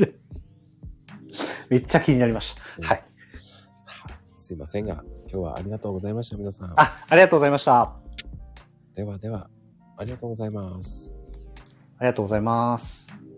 めっちゃ気になりました。はい。
はいすいませんが、今日はありがとうございました、皆さん。
あ、ありがとうございました。あ
ではでは、ありがとうございます。
りがとうございます。